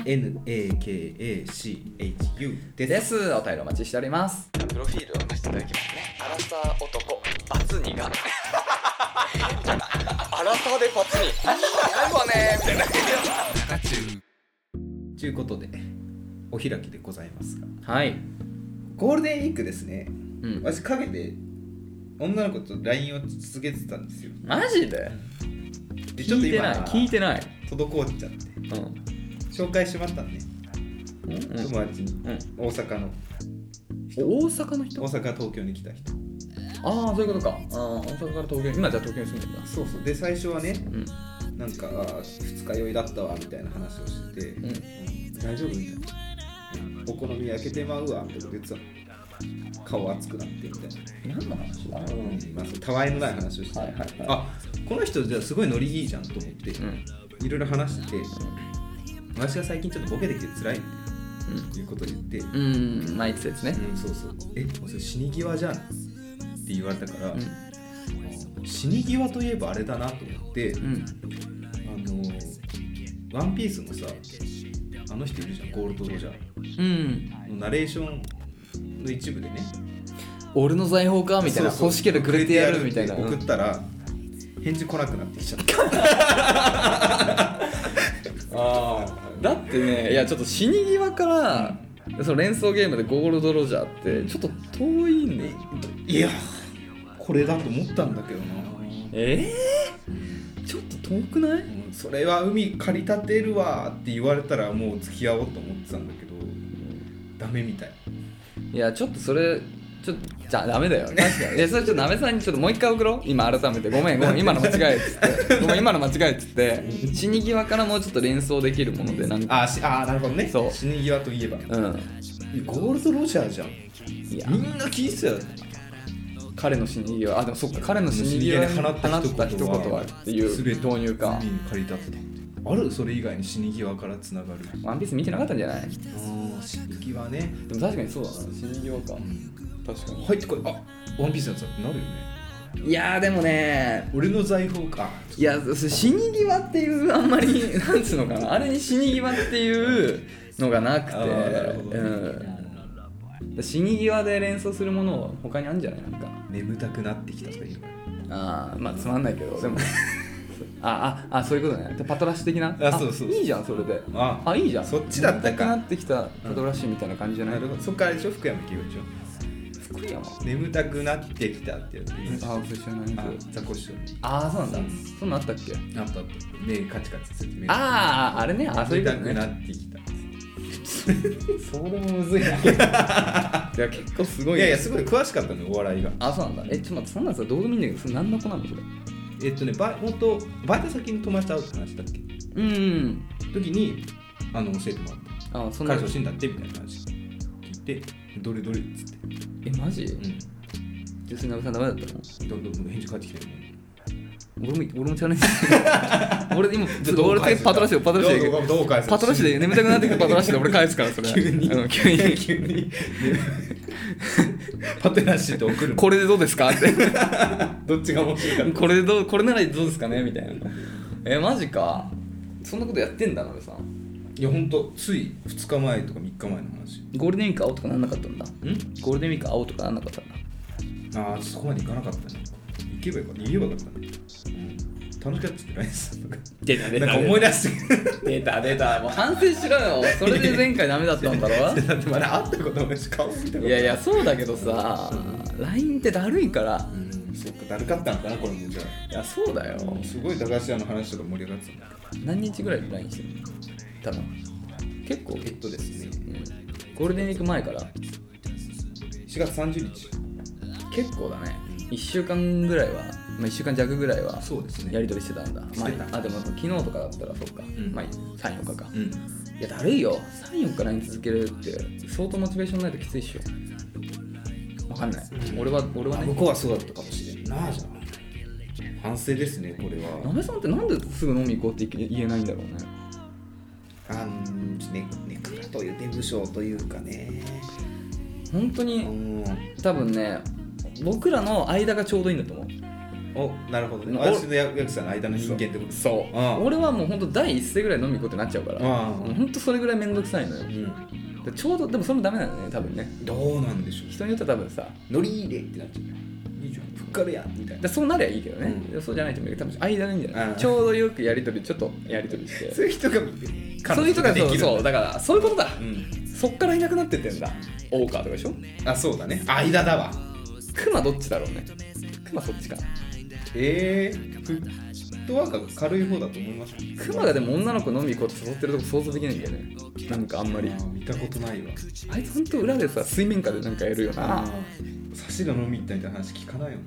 A: NAKACHU です
B: です。お便りお待ちしております。プロフィールを出していただきますね。アラサー男、バツニが。アラサーでバツニ。ないわねみたいな。
A: ということでお開きでございますが
B: はい。
A: ゴールデンウィークですね
B: うん。
A: 私陰で女の子と LINE を続けてたんですよ
B: マジで
A: でちょっと
B: 聞いてない。
A: 今
B: 聞いてない。
A: 滞っちゃって
B: うん。
A: 紹介しましたね友達に
B: うん、
A: 大阪の
B: 大阪の
A: 大
B: 人あ
A: 阪東京に来た人
B: あーそういうことかあー大阪から東京今じゃあ東京に住んでるんだ
A: そうそうで最初はね
B: うん
A: なんかあ二日酔いだったわみたいな話をしてて、
B: うん
A: 大丈夫みたいなお好み焼けてまうわみたいなこと言ってたの顔熱くなってみたいな
B: 何の話だ
A: うんまあ、そうたわいのない話をして、
B: はいはいはい
A: あこの人じゃあすごいノリいいじゃんと思って、
B: うん
A: いろいろ話してて私が最近ちょっとボケてきて辛いんでいうことを言って、うん
B: うんまあ言ってたやつね
A: そうそうえそれ死に際じゃんって言われたから、
B: うん
A: 死に際といえばあれだなと思って、
B: うん
A: あのワンピースのさあの人いるじゃんゴールド・ロジャー
B: うん
A: のナレーションの一部でね
B: 俺の財宝かみたいな
A: そうそう
B: 欲しければくれてやるみたいな
A: 送ったら返事来なくなってきちゃった
B: ああだってねいやちょっと死に際から、その連想ゲームでゴールドロジャーってちょっと遠いね
A: いやこれだと思ったんだけどな、
B: ええちょっと遠くない
A: うんそれは海駆り立てるわって言われたらもう付き合おうと思ってたんだけどダメみたい
B: いやちょっとそれちょっとじゃあダメだよ確かにいやそれちょっとなべさんにちょっともう一回送ろう今改めてごめんごめん今の間違えっつってごめん今の間違えっつって死に際からもうちょっと連想できるものでなんか
A: あしあーなるほどね
B: そう
A: 死に際といえば
B: うん
A: ゴールド・ロジャーじゃん
B: いや
A: みんな聞いてたよ
B: 彼の死に際あでもそっか彼の死に際に放った一言はっていう導入か
A: 海に駆り立てたあるそれ以外に死に際からつながる
B: ワンピース見てなかったんじゃない
A: あー死に際ね
B: でも確かにそうだな死に際か確か
A: 入ってこいあワンピースのやつだってなるよね
B: にいやーでもね
A: 俺の財宝か
B: いやそ死に際っていうあんまり なんつうのかなあれに死に際っていうのがなくて
A: あーなるほどね
B: うん、死に際で連想するものを他にあるんじゃないなんか
A: 眠たくなってきたとか言うの
B: ああまあつまんないけ どでもあああそういうことねでパトラッシュ的な
A: あそうそう
B: いいじゃんそれで
A: あ
B: あいいじゃん
A: そっちだったか
B: 眠くなってきたパトラッシュみたいな感じじゃない、
A: なるほどそっからあれでしょ福山清でしょ
B: 福山
A: 眠たくなってきたってやつでいいでしょ
B: ああ知らない
A: あ
B: です
A: ザコシショウね
B: ああそうなんだそんなんあったっけ
A: あったあった目カチカチする
B: あああれねあそうい
A: 眠
B: うこ
A: たく
B: と
A: な
B: ね
A: ってきた
B: それもむずいないや結構すご
A: い
B: いね
A: やいやすごい詳しかったのよお笑いが
B: あそうなんだえちょっと待ってそんなんさどうでもいいんだけどそれ何の子なのそれ
A: えっとねバイ本当バイト先に友達と会うって話だっけ
B: うん
A: 時にあの教えてもらっ
B: あそ
A: た
B: んな
A: 彼氏欲しいんだってみたいな話聞いてどれどれっつって
B: えマジ
A: う
B: 純粋になべさんダメだったの
A: んどんどんどん返事返ってきてる
B: 俺も俺も知らない 俺今ちょっと俺だけパトラッシュパトラッシュで
A: どうどう返す
B: パトラッシュで眠たくなってきたパトラッシュで俺返すからそれ
A: 急に
B: うん急に
A: 急に パトラッシュって送るの
B: これでどうですかって
A: どっちが面白いか
B: これでどうこれならどうですかねみたいなえマジかそんなことやってんだなべさん
A: いや本当つい2日前とか3日前の話
B: ゴールデンウィーク青とかなんなかったんだゴールデンウィーク青とかなんなかったんだ
A: ああそこまで行かなかったね行けばよかった言えばよかったね、うん、楽しかったじゃないです
B: 出た
A: なんか思い出してく
B: 出た出たもう反省しろよそれで前回ダメだったん だろ
A: るだってまだ会ったことないし顔見たことない
B: いやいやそうだけどさ LINE ってだるいから
A: うんそっかだるかったのかなこれもじゃ
B: いやそうだよ
A: あすごい駄菓子屋の話とか盛り上がってたんだ
B: 何日ぐらいで LINE してるの多分結構、
A: えっとですね
B: うん、ゴールデンウィーク前から
A: 4月30日
B: 結構だね1週間ぐらいは、まあ、1週間弱ぐらいは
A: そうですね
B: やり取りしてたんだ、ま
A: してた
B: あ、あでも昨日とかだったらそっか、
A: ん
B: まあ34日か、
A: う
B: い
A: ん
B: やだるいよ34日 LINE 続けるって相当モチベーションないときついっしょわかんない、俺は俺は
A: あ
B: ね
A: 向こうはそうだったかもしれんなあじゃあ反省ですねこれ
B: な
A: は
B: べさんってなんですぐ飲み行こうって言えないんだろうね
A: あんねネクラという出不症というかね
B: 本当
A: う
B: に
A: ん
B: 多分ね僕らの間がちょうどいいんだと思う
A: おなるほどね
B: お
A: 私の役者の間の人間ってことです
B: そう
A: うん
B: 俺はもう本当第一声ぐらい飲み行こうってなっちゃうから
A: うん
B: もう本当それぐらい面倒くさいのよ
A: うん
B: でちょうどでもそれもダメなんだよね多分ね
A: どうなんでしょう
B: 人によっては多分さ
A: 乗り入れってなっちゃういいじゃんふっかるやんみたいな
B: でそうなりゃいいけどね、
A: う
B: そうじゃないと思うけど多分間がいいんじゃない、
A: うん
B: ちょうどよくやり取りちょっとやり取 りして
A: そういう人が
B: そういう人が
A: で
B: そう
A: きる
B: そうだからそういうことだ、
A: うん
B: そっからいなくなってってんだオーカーとかでしょ
A: あそうだね間だわ
B: クマどっちだろうねクマそっちか
A: えー、フットワークが軽い方だと思います
B: クマがでも女の子飲み行こうと誘ってるとこ想像できないんだよねなんかあんまり
A: あー見たことないわ
B: あいつ本当裏でさ水面下でなんかやるよな
A: ーサシが飲み行ったみたいな話聞かないもん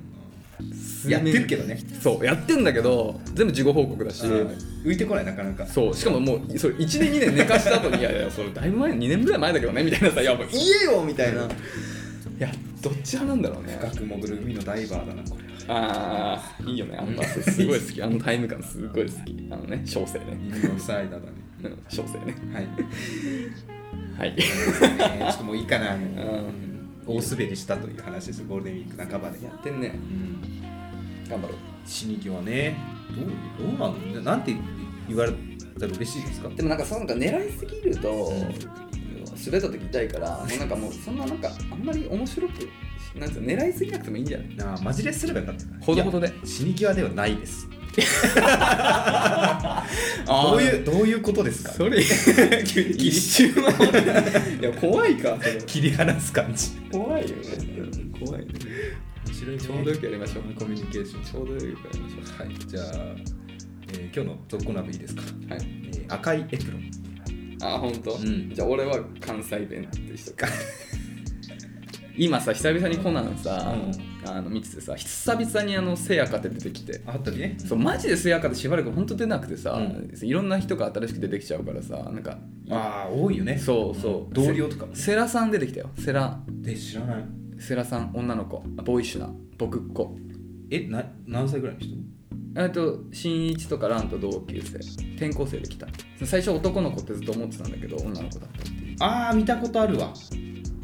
B: 水
A: な
B: 面
A: やってるけどね
B: そうやってんだけど全部事後報告だし
A: 浮いてこないなかなか
B: そうしかももうそれ1年2年寝かした後にいやいやそれだいぶ前2年ぐらい前だけどねみたい なさいやもういい
A: 言えよみたいな
B: やどっち派なんだろうね
A: 深く潜る海のダイバーだなこれは
B: ああいいよねあのパスすごい好きあのタイム感すごい好きあのね小生ね
A: 耳のサイダーだね
B: うん小生ね
A: はい
B: はい
A: ねちょっともういいかな、
B: ん
A: 大滑りしたという話ですゴールデンウィーク半ばで、
B: やってんね
A: うん、
B: 頑張ろう
A: 死に際ねどうどうなんななんて言われたら嬉しいですか
B: でもなんかそのなんか狙いすぎると滑った時痛いからもうなんかもうそんななんかあんまり面白くなんつうの狙いすぎなくてもいいんじゃない
A: なあマジレスすればよかったかな
B: ほどほどで
A: いや死に際ではないです
B: あー
A: どういうどういうことですか
B: それ
A: 急に切
B: 一
A: り
B: 瞬はいや怖いか
A: 切り離す感じ
B: 怖いよね怖いね
A: 面白い
B: ちょうどよくやりましょう
A: コミュニケーション
B: ちょうどよくやりましょ
A: はいじゃあ、えー今日の続行ナビいいですか、
B: うはい
A: えー赤いエプロン
B: あ本当、
A: うん
B: じゃあ俺は関西弁ってしとく 今さ久々にコナンさ、あの見ててさ久々にあのせやかって出てきて
A: あったりね
B: そうマジでせやかってしばらく本当出なくてさ、
A: うん
B: いろんな人が新しく出てきちゃうからさなんか
A: ああ多いよね
B: そうそう
A: 同僚とかも
B: セラさん出てきたよセラ
A: で知らない
B: セラさん女の子ボーイッシュな僕っ子
A: えな何歳ぐらいの人
B: えっと新一とかランと同級生転校生で来た最初男の子ってずっと思ってたんだけど女の子だったっていう
A: ああ見たことあるわ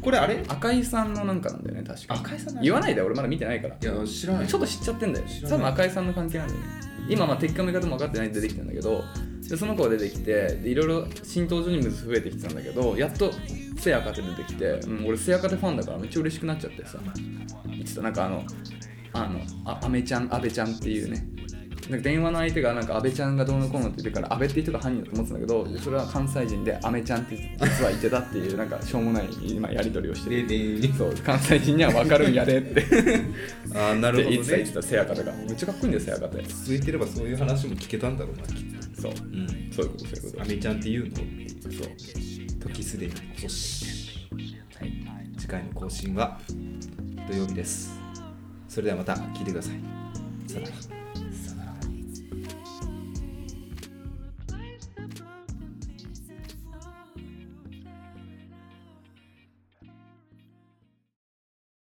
A: これあれ
B: 赤井さんのなんかなんだよね確か
A: 赤井さんなんだ
B: 言わないで俺まだ見てないから
A: いや知らない
B: ちょっと知っちゃってんだよ
A: 知らな
B: 多
A: い
B: 分赤井さんの関係なんだよね今まあ鉄火の見方も分かってないんで出てきたんだけどでその子が出てきてでいろいろ新登場人物増えてきてたんだけどやっとせやかて出てきて、うん、俺せやかてファンだからめっちゃ嬉しくなっちゃってさ言ってたなんかあのあのあアメちゃん阿部ちゃんっていうねなんか電話の相手がなんか安倍ちゃんがどうのこうのって言ってから安倍っていう人が犯人だと思ってたんだけどそれは関西人でアメちゃんって実は言ってたっていうなんかしょうもない今やり取りをして
A: で
B: る
A: で
B: そう関西人には分かるんやでって
A: ああなるほど
B: いつだい
A: ね
B: つだせやかとかめっちゃかっこいいんだよせやかって
A: 続いてればそういう話も聞けたんだろうなきっと
B: そう
A: うん
B: そういうことそういうこと
A: アメちゃんっていうの
B: そう
A: 時すでに遅し
B: はい
A: 次回の更新は土曜日ですそれではまた聞いてくださいさよなら